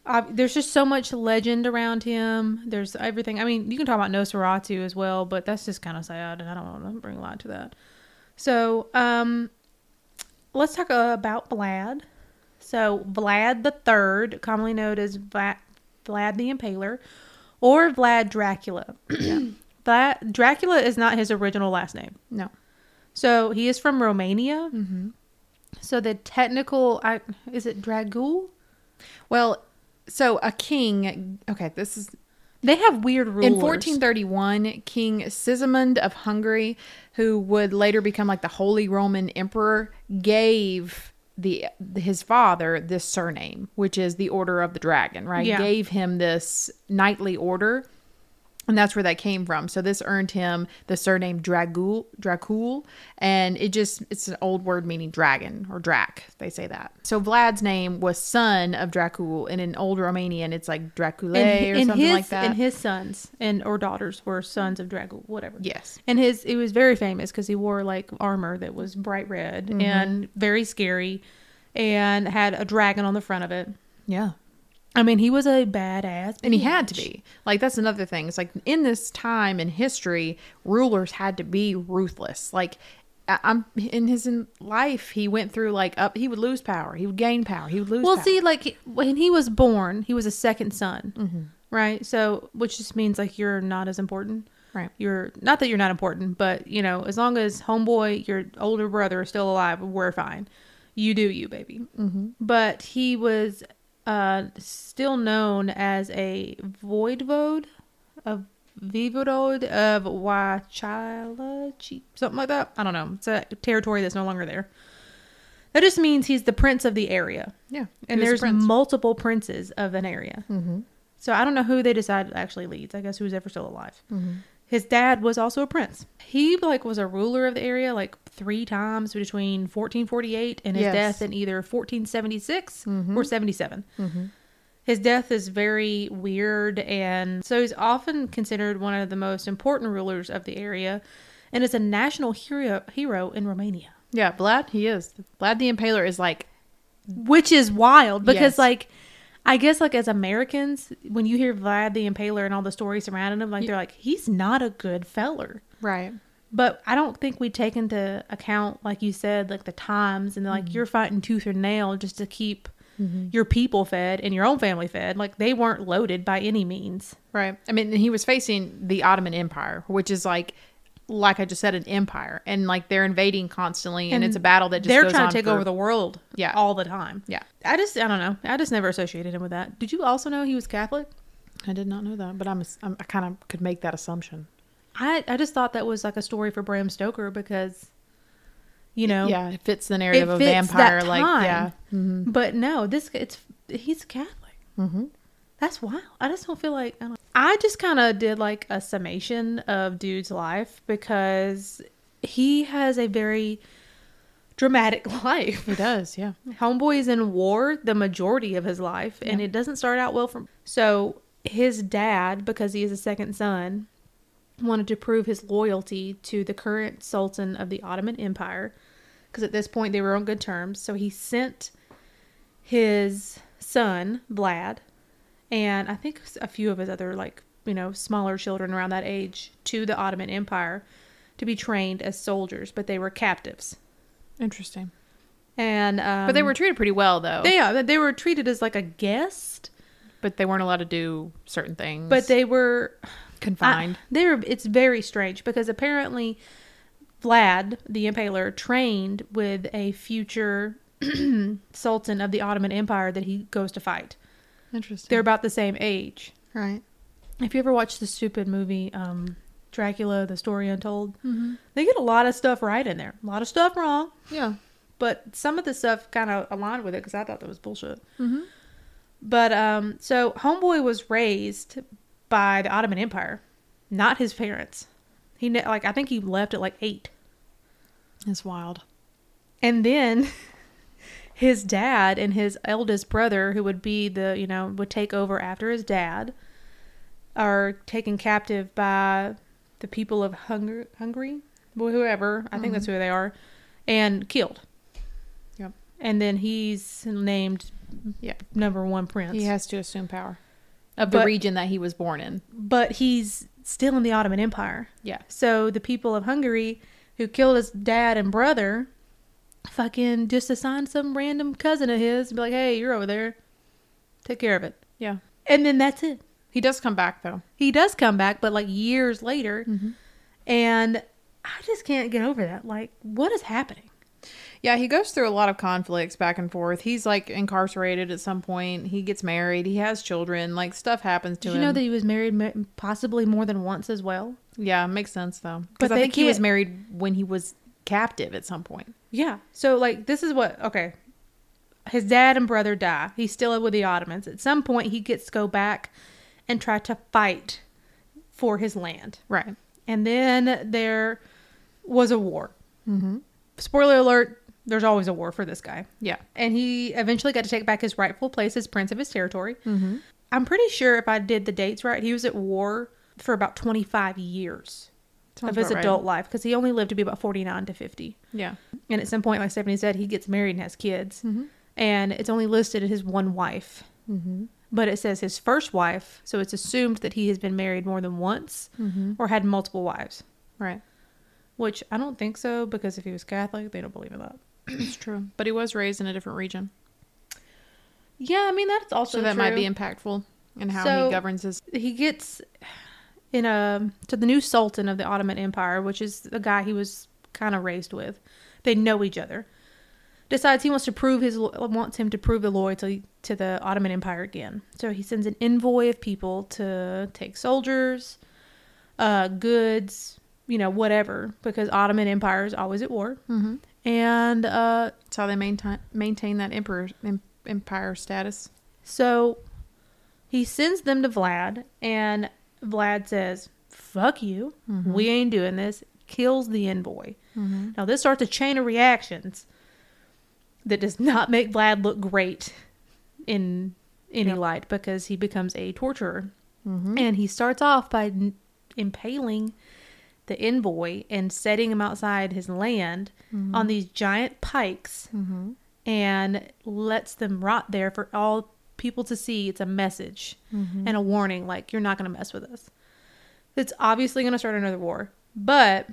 uh ob- there's just so much legend around him there's everything i mean you can talk about nosferatu as well but that's just kind of sad and i don't want to bring a lot to that so um let's talk uh, about vlad so vlad the third commonly known as Va- vlad the impaler or vlad dracula <clears throat> Vlad- dracula is not his original last name
no,
so he is from romania so the technical I, is it dragul
well, so a king. Okay, this is
They have weird rules.
in 1431, King Sigismund of Hungary, who would later become like the Holy Roman Emperor, gave the his father this surname, which is the Order of the Dragon, right?
Yeah.
Gave him this knightly order. And that's where that came from. So this earned him the surname Dragul, Dracul, and it just it's an old word meaning dragon or drac. They say that. So Vlad's name was son of Dracul, and in old Romanian it's like Dracule
and,
or
and
something
his,
like that.
And his sons and or daughters were sons of Dragul, whatever.
yes.
And his it was very famous because he wore like armor that was bright red
Mm-hmm.
and very scary, and had a dragon on the front of it.
Yeah.
I mean, he was a badass,
And he had to be. Like that's another thing. It's like in this time in history, rulers had to be ruthless. Like I- I'm in his in life, he went through like up. He would lose power. He would gain power. He would lose.
Well,
power.
see, like when he was born, he was a second son,
Mm-hmm.
right? So, which just means like you're not as important.
right?
You're not that you're not important, but you know, as long as homeboy, your older brother, is still alive, we're fine. You do you, baby. Mm-hmm. But he was uh, still known as a voidvode, a voivode of Wachala, something like that. I don't know. It's a territory that's no longer there. That just means he's the prince of the area
Yeah. He
and
was a
there's
prince.
multiple princes of an area. Mm-hmm. So I don't know who they decide actually leads. I guess who's ever still alive.
Mm-hmm.
His dad was also a prince. He like was a ruler of the area like three times between 1448 and his
Yes. Mm-hmm.
death in either 1476 or 77. His death is very weird, and so he's often considered one of the most important rulers of the area, and is a national hero hero in Romania.
yeah. Vlad, he is. Vlad the Impaler is like
which is wild because
Yes.
like I guess like as Americans, when you hear Vlad the Impaler and all the stories surrounding him, like they're like he's not a good feller.
right.
But I don't think we take into account, like you said, like the times and
Mm-hmm.
like you're fighting tooth and nail just to keep your people fed and your own family fed. Like they weren't loaded by any means.
Right. I mean, and he was facing the Ottoman Empire, which is like like I just said, an empire, and like they're invading constantly, and,
And
it's a battle that just
They're
goes
trying
on
to take
for-
over the world
Yeah.
all the time.
Yeah,
I just, I don't know. I just never associated him with that. Did you also know he was Catholic?
I did not know that, but I'm, I'm I kind of could make that assumption.
I, I just thought that was like a story for Bram Stoker because, you know,
Yeah, it fits the narrative of
fits
vampire,
that
like
time.
yeah, mm-hmm.
But no, this it's he's Catholic.
Mm-hmm.
That's wild. I just don't feel like I don't. I just kind of did like a summation of dude's life because he has a very dramatic <laughs> life.
it does, yeah.
Homeboy is in war the majority of his life, and it doesn't start out well for. So his dad, because he is a second son, wanted to prove his loyalty to the current sultan of the Ottoman Empire, because at this point they were on good terms. So he sent his son Vlad, and I think a few of his other like you know smaller children around that age to the Ottoman Empire to be trained as soldiers, but they were captives.
Interesting,
And um,
but they were treated pretty well though.
they, yeah, they were treated as like a guest,
but they weren't allowed to do certain things.
but they were
confined.
I- they were. It's very strange because apparently, Vlad the Impaler trained with a future <clears throat> sultan of the Ottoman Empire that he goes to fight.
Interesting.
They're about the same age.
right.
If you ever watched the stupid movie um, Dracula: The Story Untold,
Mm-hmm.
they get a lot of stuff right in there. A lot of stuff wrong,
Yeah.
but some of the stuff kind of aligned with it because I thought that was bullshit.
Mm-hmm.
But um, so Homeboy was raised by the Ottoman Empire, not his parents. He ne- like I think he left at like eight,
It's wild.
and then <laughs> his dad and his eldest brother, who would be the you know would take over after his dad, are taken captive by the people of Hungary, Hungary, well, whoever I think that's who they are, and killed.
Mm-hmm. Yep.
And then he's named
Yeah.
number one prince.
He has to assume power of the
But-
region that he was born in.
but he's still in the Ottoman Empire.
Yeah.
So the people of Hungary who killed his dad and brother fucking just assign some random cousin of his and be like, hey, you're over there. Take care of it.
Yeah.
And then that's it.
He does come back though.
He does come back, but like years later.
Mm-hmm.
And I just can't get over that. Like, what is happening?
Yeah, he goes through a lot of conflicts back and forth. He's like incarcerated at some point. He gets married. He has children. Like stuff happens to
Did
him.
you know that he was married ma- possibly more than once as well?
yeah, makes sense though. Because
But
I
they
think he was
can't-
married when he was captive at some point.
Yeah. So like this is what okay. His dad and brother die. He's still with the Ottomans. At some point he gets to go back and try to fight for his land.
Right.
And then there was a war. Spoiler alert, there's always a war for this guy.
Yeah.
And he eventually got to take back his rightful place as prince of his territory.
Mm-hmm.
I'm pretty sure if I did the dates right, he was at war for about 25 years of his adult life because he only lived to be about 49 to 50.
Yeah.
And at some point, like Stephanie said, he gets married and has kids.
Mm-hmm.
And it's only listed as his one wife,
Mm-hmm.
but it says his first wife. So it's assumed that he has been married more than once
Mm-hmm.
or had multiple wives,
Right.
which I don't think so because if he was Catholic, they don't believe in that.
It's true. But he was raised in a different region,
Yeah, I mean, that's
so,
also
that might be
true.
impactful in how
So-
he governs his.
He gets in a to the new sultan of the Ottoman Empire, which is the guy he was kind of raised with. They know each other. decides he wants to prove his lo- wants him to prove the loyalty to the Ottoman Empire again. So he sends an envoy of people to take soldiers, uh, goods, you know, whatever, because Ottoman Empire is always at war.
Mm-hmm.
And uh,
It's how they maintain maintain that emperor em, empire status.
so he sends them to Vlad, and Vlad says, "Fuck you, we ain't doing this." Kills the envoy.
Mm-hmm.
Now, this starts a chain of reactions that does not make Vlad look great in any
Yeah.
light because he becomes a torturer.
Mm-hmm.
And he starts off by n- impaling the envoy and setting him outside his land
um,
on these giant pikes
Mm-hmm.
and lets them rot there for all people to see. It's a message
Mm-hmm.
and a warning like, you're not going to mess with us. It's obviously going to start another war. But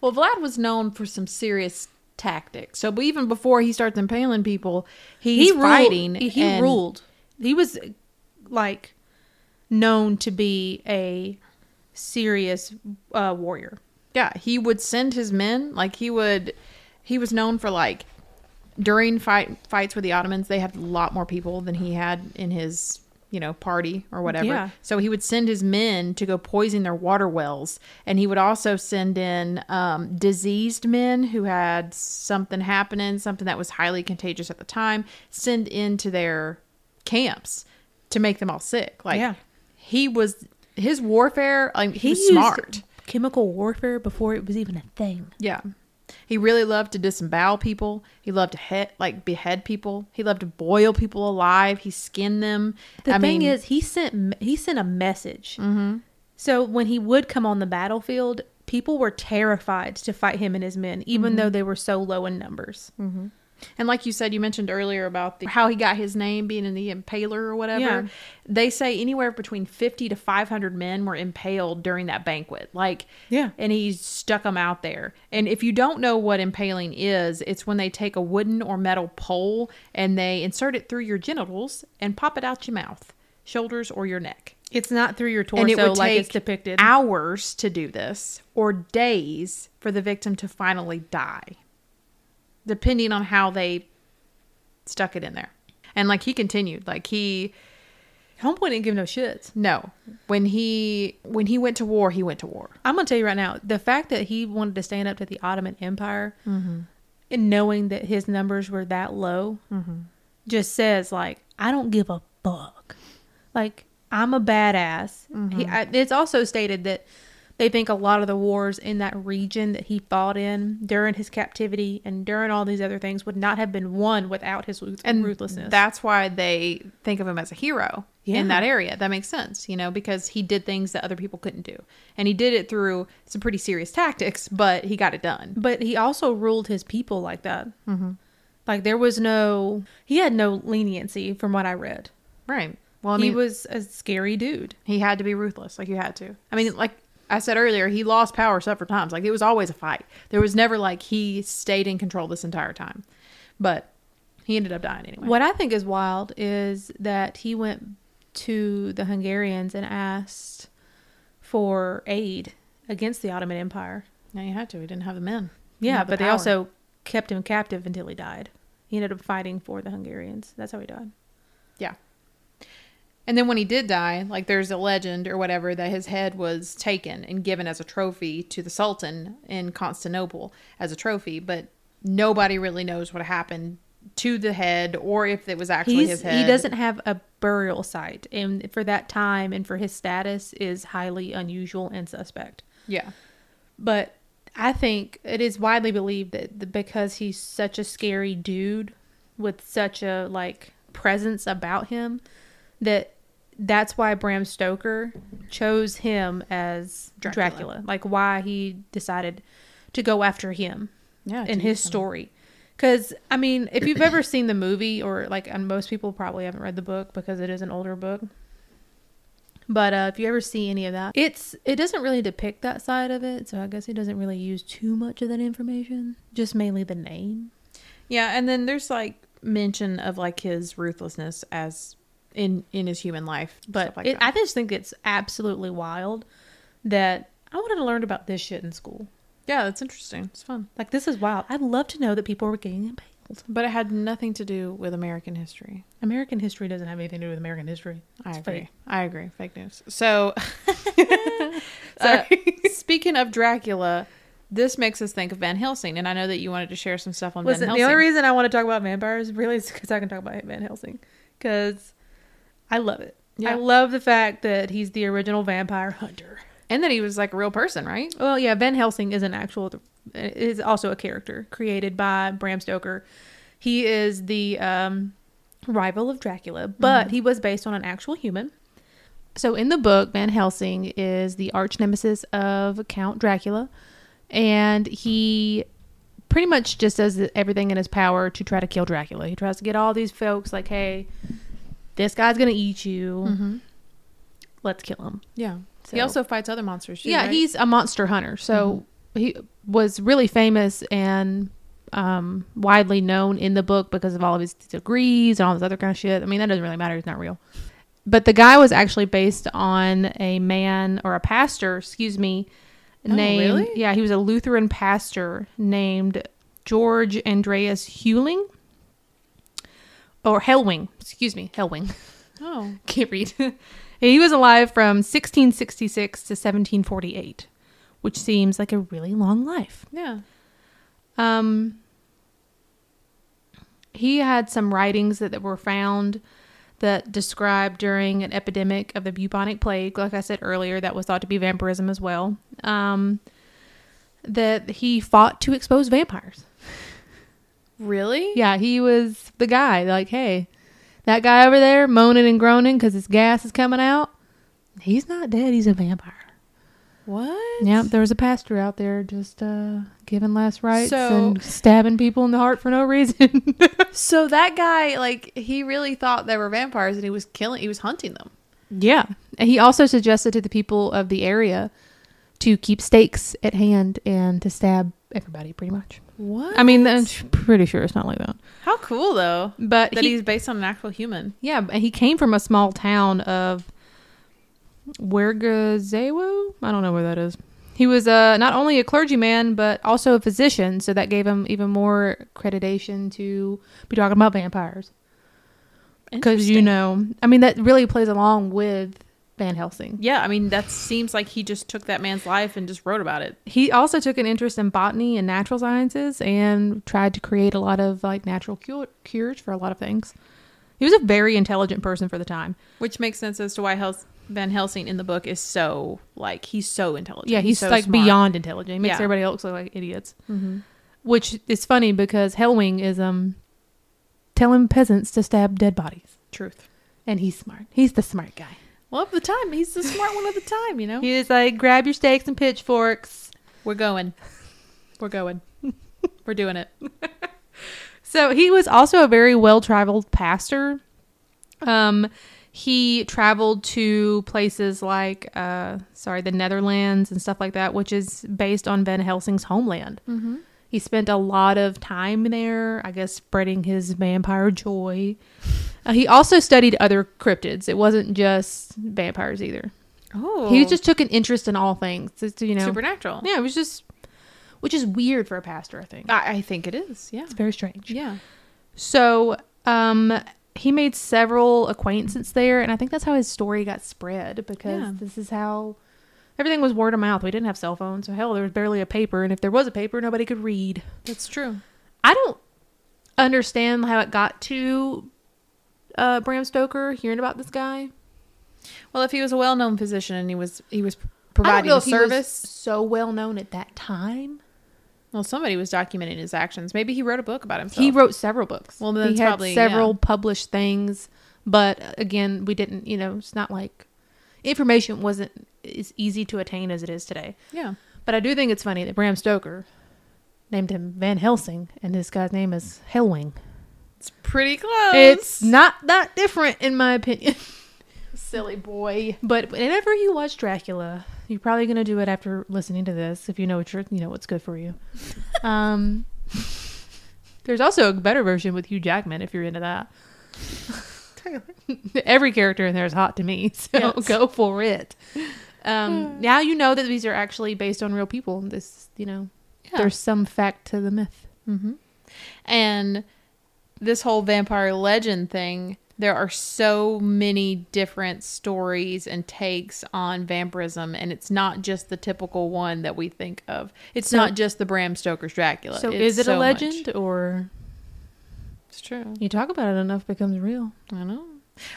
Well, Vlad was known for some serious tactics. So but even before he starts impaling people, he's
ruled-
fighting.
He
and-
ruled. He was like known to be a serious uh, warrior.
Yeah, he would send his men. Like he would, he was known for like during fight fights with the Ottomans, they had a lot more people than he had in his you know party or whatever.
Yeah.
So he would send his men to go poison their water wells, and he would also send in um, diseased men who had something happening, something that was highly contagious at the time, send into their camps to make them all sick. Like
Yeah.
he was his warfare. Like he, was
used
smart.
Chemical warfare before it was even a thing.
Yeah. He really loved to disembowel people. He loved to he- like behead people. He loved to boil people alive. He skinned them.
The
I
thing
mean, Mm-hmm.
is, he sent he sent a message. So when he would come on the battlefield, people were terrified to fight him and his men, even
Mm-hmm.
though they were so low in numbers.
and like you said, you mentioned earlier about the, how he got his name being in the impaler or whatever.
Yeah.
They say anywhere between fifty to five hundred men were impaled during that banquet. Like,
Yeah.
and he stuck them out there. And if you don't know what impaling is, it's when they take a wooden or metal pole and they insert it through your genitals and pop it out your mouth, shoulders, or your neck.
It's not through your torso
and it would
like
take
it's depicted.
hours to do this or days for the victim to finally die depending on how they stuck it in there and like he continued like he
Homeboy didn't give no shits.
no when he when he went to war he went to war
I'm gonna tell you right now, the fact that he wanted to stand up to the Ottoman Empire,
Mm-hmm.
and knowing that his numbers were that low,
Mm-hmm.
just says like, I don't give a fuck. Like I'm a badass.
Mm-hmm.
He, I, it's also stated that they think a lot of the wars in that region that he fought in during his captivity and during all these other things would not have been won without his ruth-
and
ruthlessness.
that's why they think of him as a hero
Yeah.
in that area that makes sense you know because he did things that other people couldn't do and he did it through some pretty serious tactics but he got it done
But he also ruled his people like that.
Mm-hmm.
Like there was no, he had no leniency from what I read.
right well i mean
he was a scary dude.
He had to be ruthless. Like you had to. I mean, like I said earlier, he lost power several times. Like it was always a fight. There was never like he stayed in control this entire time. But he ended up dying anyway.
What I think is wild is that he went to the Hungarians and asked for aid against the Ottoman Empire.
No, you had to. He didn't have the men.
Yeah,
Not the
but they
power.
also kept him captive until he died. He ended up fighting for the Hungarians. That's how he died.
Yeah. And then when he did die, like there's a legend or whatever that his head was taken and given as a trophy to the Sultan in Constantinople as a trophy, but nobody really knows what happened to the head or if it was actually
He's,
his head.
he doesn't have a burial site, and for that time and for his status is highly unusual and suspect.
Yeah.
but I think it is widely believed that the, because he's such a scary dude with such a like presence about him that that's why Bram Stoker chose him as
Dracula.
Dracula, like why he decided to go after him
Yeah.
in his story. Because I mean, if you've ever seen the movie, or like, and most people probably haven't read the book because it is an older book. But uh, if you ever see any of that, it's it doesn't really depict that side of it, so I guess he doesn't really use too much of that information. Just mainly the name.
Yeah, and then there's like mention of like his ruthlessness as in in his human life,
But
stuff like
it,
that.
I just think it's absolutely wild that I would have learned about this shit in school.
yeah, that's interesting. It's fun,
Like this is wild. I'd love to know that people were getting impaled.
but it had nothing to do with American history.
American history doesn't have anything to do with American history.
I
It's
agree.
fake.
I agree. Fake news. <laughs> So, uh, <laughs> speaking of Dracula, this makes us think of Van Helsing, and I know that you wanted to share some stuff on
Listen,
Van
the
Helsing.
only reason I want to talk about vampires really is because I can talk about Van Helsing because I love it.
Yeah.
I love the fact that he's the original vampire hunter.
and that he was like a real person, right?
Well, yeah, Van Helsing is an actual is also a character created by Bram Stoker. He is the um, rival of Dracula,
Mm-hmm.
but he was based on an actual human. So in the book, Van Helsing is the arch nemesis of Count Dracula, and he pretty much just does everything in his power to try to kill Dracula. He tries to get all these folks like, "Hey, this guy's gonna eat you.
Mm-hmm.
Let's kill him."
Yeah.
So-
He also fights other monsters. Too,
yeah,
right? Mm-hmm.
he's a monster hunter. So he was really famous and um, widely known in the book because of all of his degrees and all this other kind of shit. I mean, that doesn't really matter. It's not real. But the guy was actually based on a man or a pastor, excuse me,
Oh,
named
really?
yeah he was a lutheran pastor named george andreas hewling or helwing excuse me helwing
Oh,
can't read <laughs> he was alive from 1666 to 1748 which seems like a really long life
yeah.
um, he had some writings that, that were found that described during an epidemic of the bubonic plague, like I said earlier, that was thought to be vampirism as well. Um, that he fought to expose vampires.
Really?
Yeah, he was the guy. Like, hey, that guy over there moaning and groaning because his gas is coming out. He's not dead. He's a vampire.
What?
Yep, there was a pastor out there just uh, giving last rites
So-
and stabbing people in the heart for no reason. <laughs>
So that guy, like, he really thought they were vampires, and he was killing. He was hunting them.
Yeah. And he also suggested to the people of the area to keep stakes at hand and to stab everybody, pretty much.
What?
I mean, I'm pretty sure it's not like that.
how cool though
But
that
he,
he's based on an actual human.
yeah, but he came from a small town of Wergazewo. I don't know where that is. He was uh, not only a clergyman, but also a physician, so that gave him even more accreditation to be talking about vampires. Because, you
Interesting.
know, I mean, that really plays along with Van Helsing.
Yeah, I mean that seems like he just took that man's life and just wrote about it.
he also took an interest in botany and natural sciences and tried to create a lot of like natural cu- cures for a lot of things he was a very intelligent person for the time
Which makes sense as to why Hels- Van Helsing in the book is so like he's so intelligent.
yeah he's,
so
like
smart.
beyond intelligent he makes
Yeah.
everybody else look like idiots
Mhm.
which is funny because hellwing is um telling peasants to stab dead bodies
truth.
and he's smart he's the smart guy
Well, of the time, he's the smart one of the time. You know,
he is like grab your stakes and pitchforks
we're going, we're going, we're doing it.
So he was also a very well traveled pastor. Um, he traveled to places like, uh, sorry, the Netherlands and stuff like that, which is based on Van Helsing's homeland.
Mm-hmm.
He spent a lot of time there, I guess, spreading his vampire joy. Uh, he also studied other cryptids. It wasn't just vampires either.
Oh,
He just took an interest in all things. Just, you know,
supernatural.
yeah, it was just, which is weird for a pastor, I think.
I, I think it is. Yeah,
It's very strange.
yeah.
So, um, he made several acquaintances there, and I think that's how his story got spread because
Yeah.
this is how everything was word of mouth. We didn't have cell phones, so hell, there was barely a paper, and if there was a paper, nobody could read.
That's true.
I don't understand how it got to uh, Bram Stoker hearing about this guy.
Well, if he was a well-known physician and he was he was providing a
I don't know if he was
service,
so well known at that time.
well, somebody was documenting his actions. Maybe he wrote a book about himself.
He wrote several books.
Oh. Well,
he
that's
had
probably-
several
yeah.
published things, but uh, again, we didn't. You know, it's not like information wasn't as easy to attain as it is today.
yeah.
But I do think it's funny that Bram Stoker named him Van Helsing, and this guy's name is Hellwing.
It's pretty close.
It's not that different, in my opinion. <laughs> Silly boy. But whenever you watch Dracula, you're probably gonna do it after listening to this, if you know what you're, you know what's good for you. um, there's also a better version with Hugh Jackman if you're into that. <laughs> Every character in there is hot to me, <laughs> so
Yes.
go for it. Um, now you know that these are actually based on real people. This, you know,
Yeah.
there's some fact to the myth.
Mm-hmm. And this whole vampire legend thing, there are so many different stories and takes on vampirism, and it's not just the typical one that we think of. It's
So-
not just the Bram Stoker's Dracula.
So,
It's
is it
so
a
much.
legend or
It's true.
you talk about it enough it becomes real?
I know.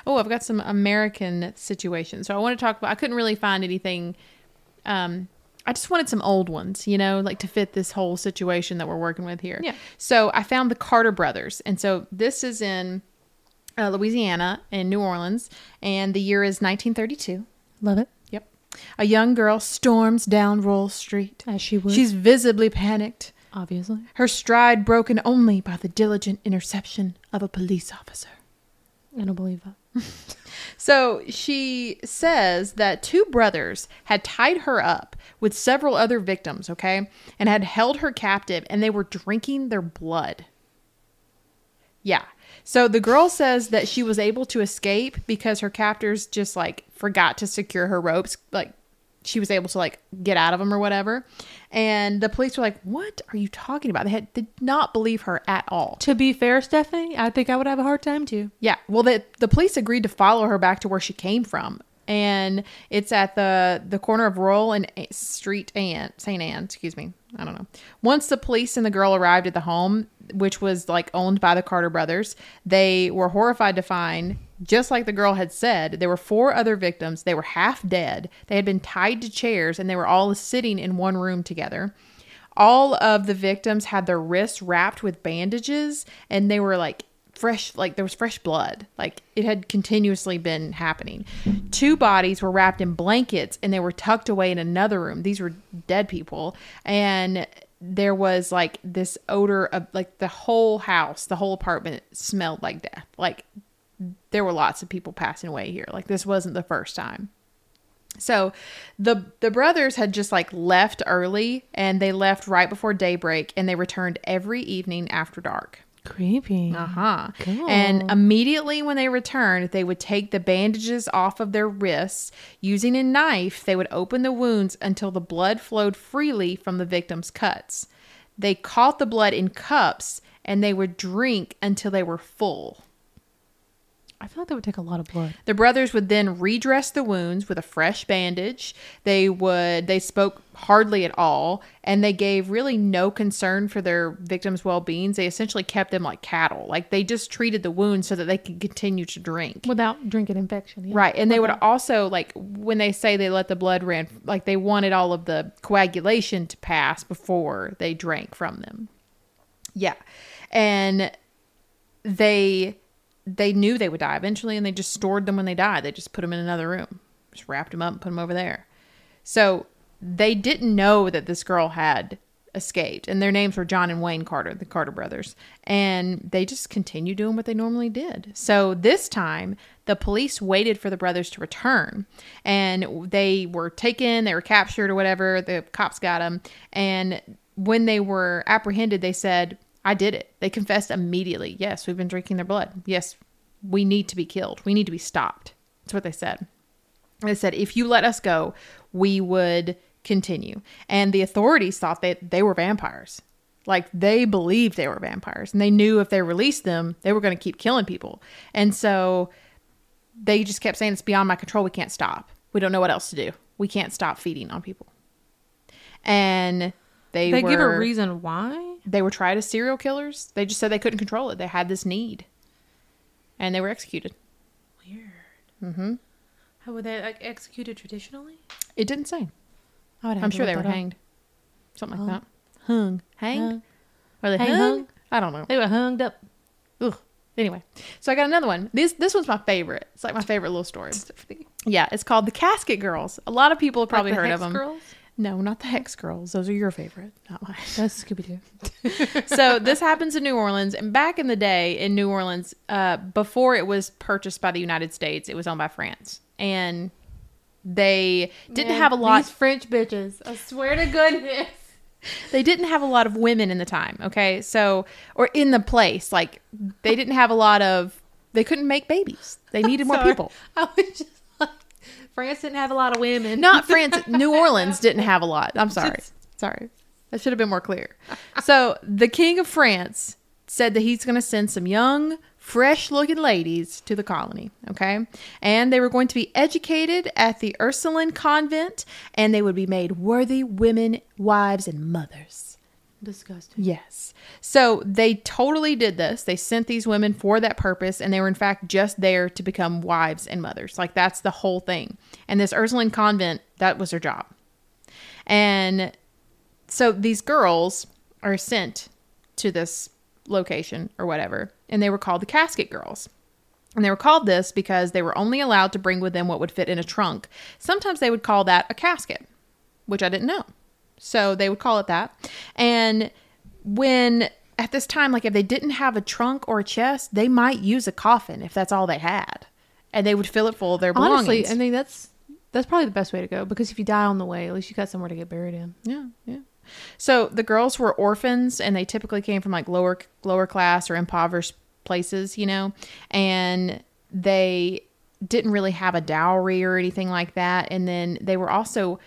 Oh, I've got some American situations. So I want to talk about. I couldn't really find anything. Um, I just wanted some old ones, you know, like to fit this whole situation that we're working with here.
Yeah.
So I found the Carter brothers, and so this is in uh, Louisiana and New Orleans, and the year is 1932.
Love it.
Yep. A young girl storms down Roll Street.
As she would.
She's visibly panicked
obviously.
her stride broken only by the diligent interception of a police officer.
I don't believe that.
So she says that two brothers had tied her up with several other victims, okay, and had held her captive and they were drinking their blood. Yeah. So the girl says that she was able to escape because her captors just like forgot to secure her ropes. Like she was able to like get out of them or whatever. And the police were like, "What are you talking about?" They had, did not believe her at all.
To be fair, Stephanie, I think I would have a hard time too.
Yeah. Well, the the police agreed to follow her back to where she came from, and it's at the the corner of Royal and A- Street and Saint Anne. Excuse me. I don't know. Once the police and the girl arrived at the home, which was like owned by the Carter brothers, they were horrified to find. Just like the girl had said, there were four other victims. They were half dead. They had been tied to chairs and they were all sitting in one room together. All of the victims had their wrists wrapped with bandages and they were like fresh like there was fresh blood like it had continuously been happening two bodies were wrapped in blankets and they were tucked away in another room these were dead people and there was like this odor of like the whole house the whole apartment smelled like death like there were lots of people passing away here like this wasn't the first time so the the brothers had just like left early and they left right before daybreak and they returned every evening after dark
Creepy.
uh huh.
Cool.
And immediately when they returned, they would take the bandages off of their wrists. Using a knife, they would open the wounds until the blood flowed freely from the victim's cuts. They caught the blood in cups and they would drink until they were full.
I feel like that would take a lot of blood.
The brothers would then redress the wounds with a fresh bandage. They would they spoke hardly at all and they gave really no concern for their victims' well-being. They essentially kept them like cattle. Like they just treated the wounds so that they could continue to drink.
Without drinking infection. yeah.
Right. And they would also like when they say they let the blood ran like they wanted all of the coagulation to pass before they drank from them. Yeah. And they they knew they would die eventually and they just stored them when they died. They just put them in another room. Just wrapped them up and put them over there. So they didn't know that this girl had escaped and their names were John and Wayne Carter, the Carter brothers. And they just continued doing what they normally did. So this time the police waited for the brothers to return and they were taken, they were captured or whatever. The cops got them and when they were apprehended they said I did it. They confessed immediately. Yes, we've been drinking their blood. Yes, we need to be killed. We need to be stopped. That's what they said. They said, if you let us go, we would continue. And the authorities thought that they were vampires. Like they believed they were vampires and they knew if they released them, they were going to keep killing people. And so they just kept saying, it's beyond my control. We can't stop. We don't know what else to do. We can't stop feeding on people. And they,
They
were,
give a reason why?
they were tried as serial killers. They just said they couldn't control it. They had this need, and they were executed.
Weird. Mm-hmm. How would they like executed traditionally?
It didn't say.
I would have
I'm
to
sure
look
they were
that up. Oh.
hanged, something like
Hung.
that. Hung, hanged,
Hung.
or they
Hang,
hung?
hung?
I don't know.
They were hung up.
Ugh. Anyway, so I got another one. This this one's my favorite. It's like my favorite little story. Yeah, it's called the Casket Girls. A lot of people have probably
Like the
heard of
Hex
them.
Girls?
No, not the Hex Girls. Those are your favorite, not mine.
That's Scooby Doo.
so this happens in New Orleans, and back in the day in New Orleans, uh, before it was purchased by the United States, it was owned by France, and they didn't have a lot.
These French bitches. I swear to goodness.
They didn't have a lot of women in the time. Okay, so or in the place, like they didn't have a lot of. They couldn't make babies. They needed more
Sorry.
people.
I was just like, France didn't have a lot of women.
Not France. New Orleans didn't have a lot. I'm sorry. Sorry. That should have been more clear. So the king of France said that he's going to send some young, fresh looking ladies to the colony. Okay. And they were going to be educated at the Ursuline convent and they would be made worthy women, wives, and mothers.
Disgusting.
Yes. So they totally did this. They sent these women for that purpose, and they were in fact just there to become wives and mothers. Like that's the whole thing. And this Ursuline convent, that was their job. And so these girls are sent to this location or whatever, and they were called the casket girls. And they were called this because they were only allowed to bring with them what would fit in a trunk. Sometimes they would call that a casket, which I didn't know. So they would call it that. And when at this time, like if they didn't have a trunk or a chest, they might use a coffin if that's all they had. And they would fill it full of their belongings.
Honestly, I think that's that's probably the best way to go because if you die on the way, at least you got somewhere to get buried in.
Yeah, yeah. So the girls were orphans, and they typically came from like lower lower class or impoverished places, you know, and they didn't really have a dowry or anything like that. And then they were also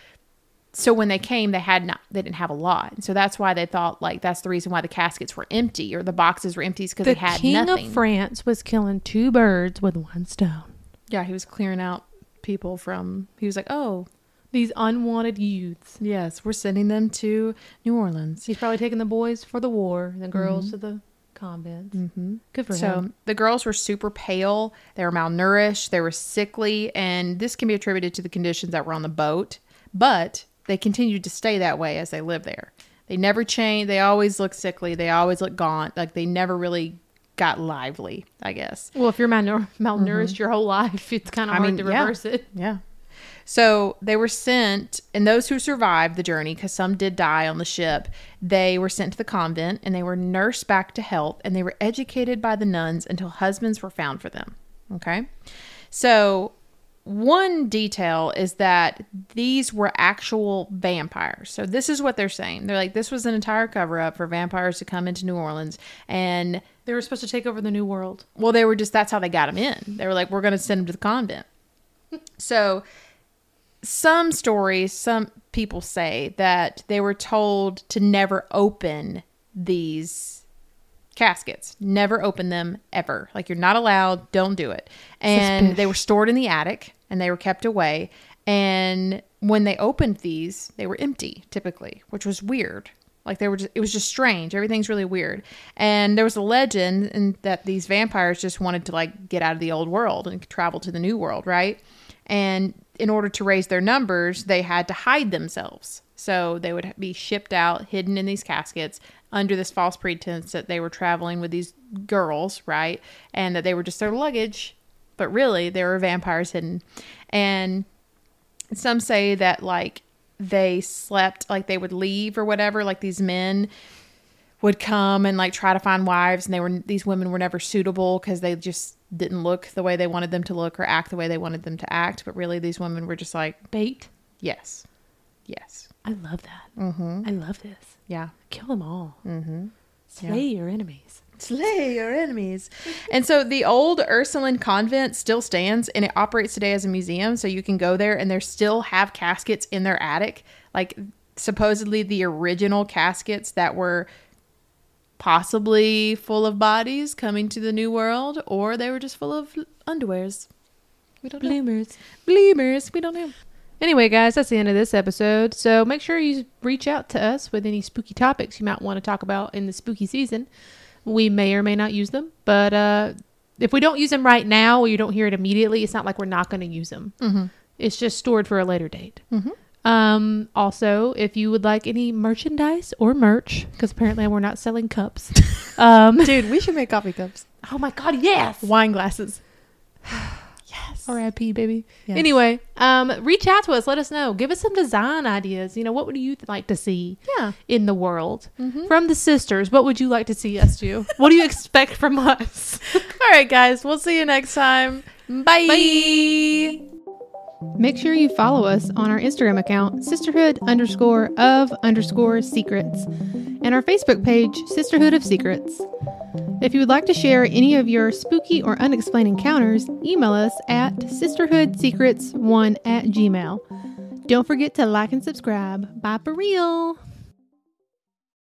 so when they came, they had not they didn't have a lot, and so that's why they thought like that's the reason why the caskets were empty or the boxes were empty because
The
they had
king
nothing.
of France was killing two birds with one stone.
yeah, he was clearing out people from. He was like, oh
These unwanted youths.
yes, we're sending them to New Orleans.
He's probably taking the boys for the war, and the girls to the convents.
Mm-hmm.
Good for
So
him.
the girls were super pale. They were malnourished. They were sickly, and this can be attributed to the conditions that were on the boat. But they continued to stay that way as they lived there. They never changed. They always looked sickly. They always looked gaunt. Like they never really got lively. I guess.
Well, if you're malnour- <laughs> malnourished your whole life, <laughs> it's kind of
Mm-hmm. I
hard
mean,
to
yeah.
reverse it.
Yeah. So they were sent, and those who survived the journey, because some did die on the ship, they were sent to the convent and they were nursed back to health and they were educated by the nuns until husbands were found for them. Okay. So one detail is that these were actual vampires. So this is what they're saying. They're like, this was an entire cover up for vampires to come into New Orleans and
They were supposed to take over the new world.
well, they were just that's how they got him in. They were like, we're going to send him to the convent. So, some stories, some people say that they were told to never open these caskets, never open them ever. Like, you're not allowed, don't do it. And
Suspish.
they were stored in the attic and they were kept away. And when they opened these, they were empty typically, which was weird. Like they were just, it was just strange. Everything's really weird. And there was a legend and that these vampires just wanted to like get out of the old world and travel to the new world, right? And in order to raise their numbers, they had to hide themselves. So they would be shipped out, hidden in these caskets under this false pretense that they were traveling with these girls, right? And that they were just their luggage but really there were vampires hidden and some say that like they slept like they would leave or whatever like these men would come and like try to find wives and they were these women were never suitable because they just didn't look the way they wanted them to look or act the way they wanted them to act but really these women were just like
Bait.
yes yes
I love that. Mm-hmm. I love this.
yeah
Kill them all. Mm-hmm. Slay your enemies.
Slay your enemies. and so the old Ursuline convent still stands and it operates today as a museum. So you can go there and they still have caskets in their attic. Like supposedly the original caskets that were possibly full of bodies coming to the new world, or they were just full of underwears. We don't know.
Bloomers.
Bleemers. We don't know.
Anyway, guys, that's the end of this episode. So make sure you reach out to us with any spooky topics you might want to talk about in the spooky season. We may or may not use them, but uh, if we don't use them right now or you don't hear it immediately, it's not like we're not going to use them.
Mm-hmm.
It's just stored for a later date.
Mhm.
Um, also, if you would like any merchandise or merch, because apparently we're not selling cups. <laughs> um,
Dude, we should make coffee cups,
oh my God, yes!
wine glasses. <sighs> yes.
R.I.P. baby.
Yes.
Anyway, um, reach out to us. Let us know. Give us some design ideas. You know, what would you th- like to see
Yeah.
in the world
Mm-hmm.
from the sisters? What would you like to see us do? what do you expect from us?
<laughs> All right, guys. We'll see you next time. Bye. Bye.
Make sure you follow us on our Instagram account, sisterhood underscore of underscore secrets, and our Facebook page, Sisterhood of Secrets. If you would like to share any of your spooky or unexplained encounters, email us at sisterhoodsecrets1 at gmail. Don't forget to like and subscribe. Bye for real.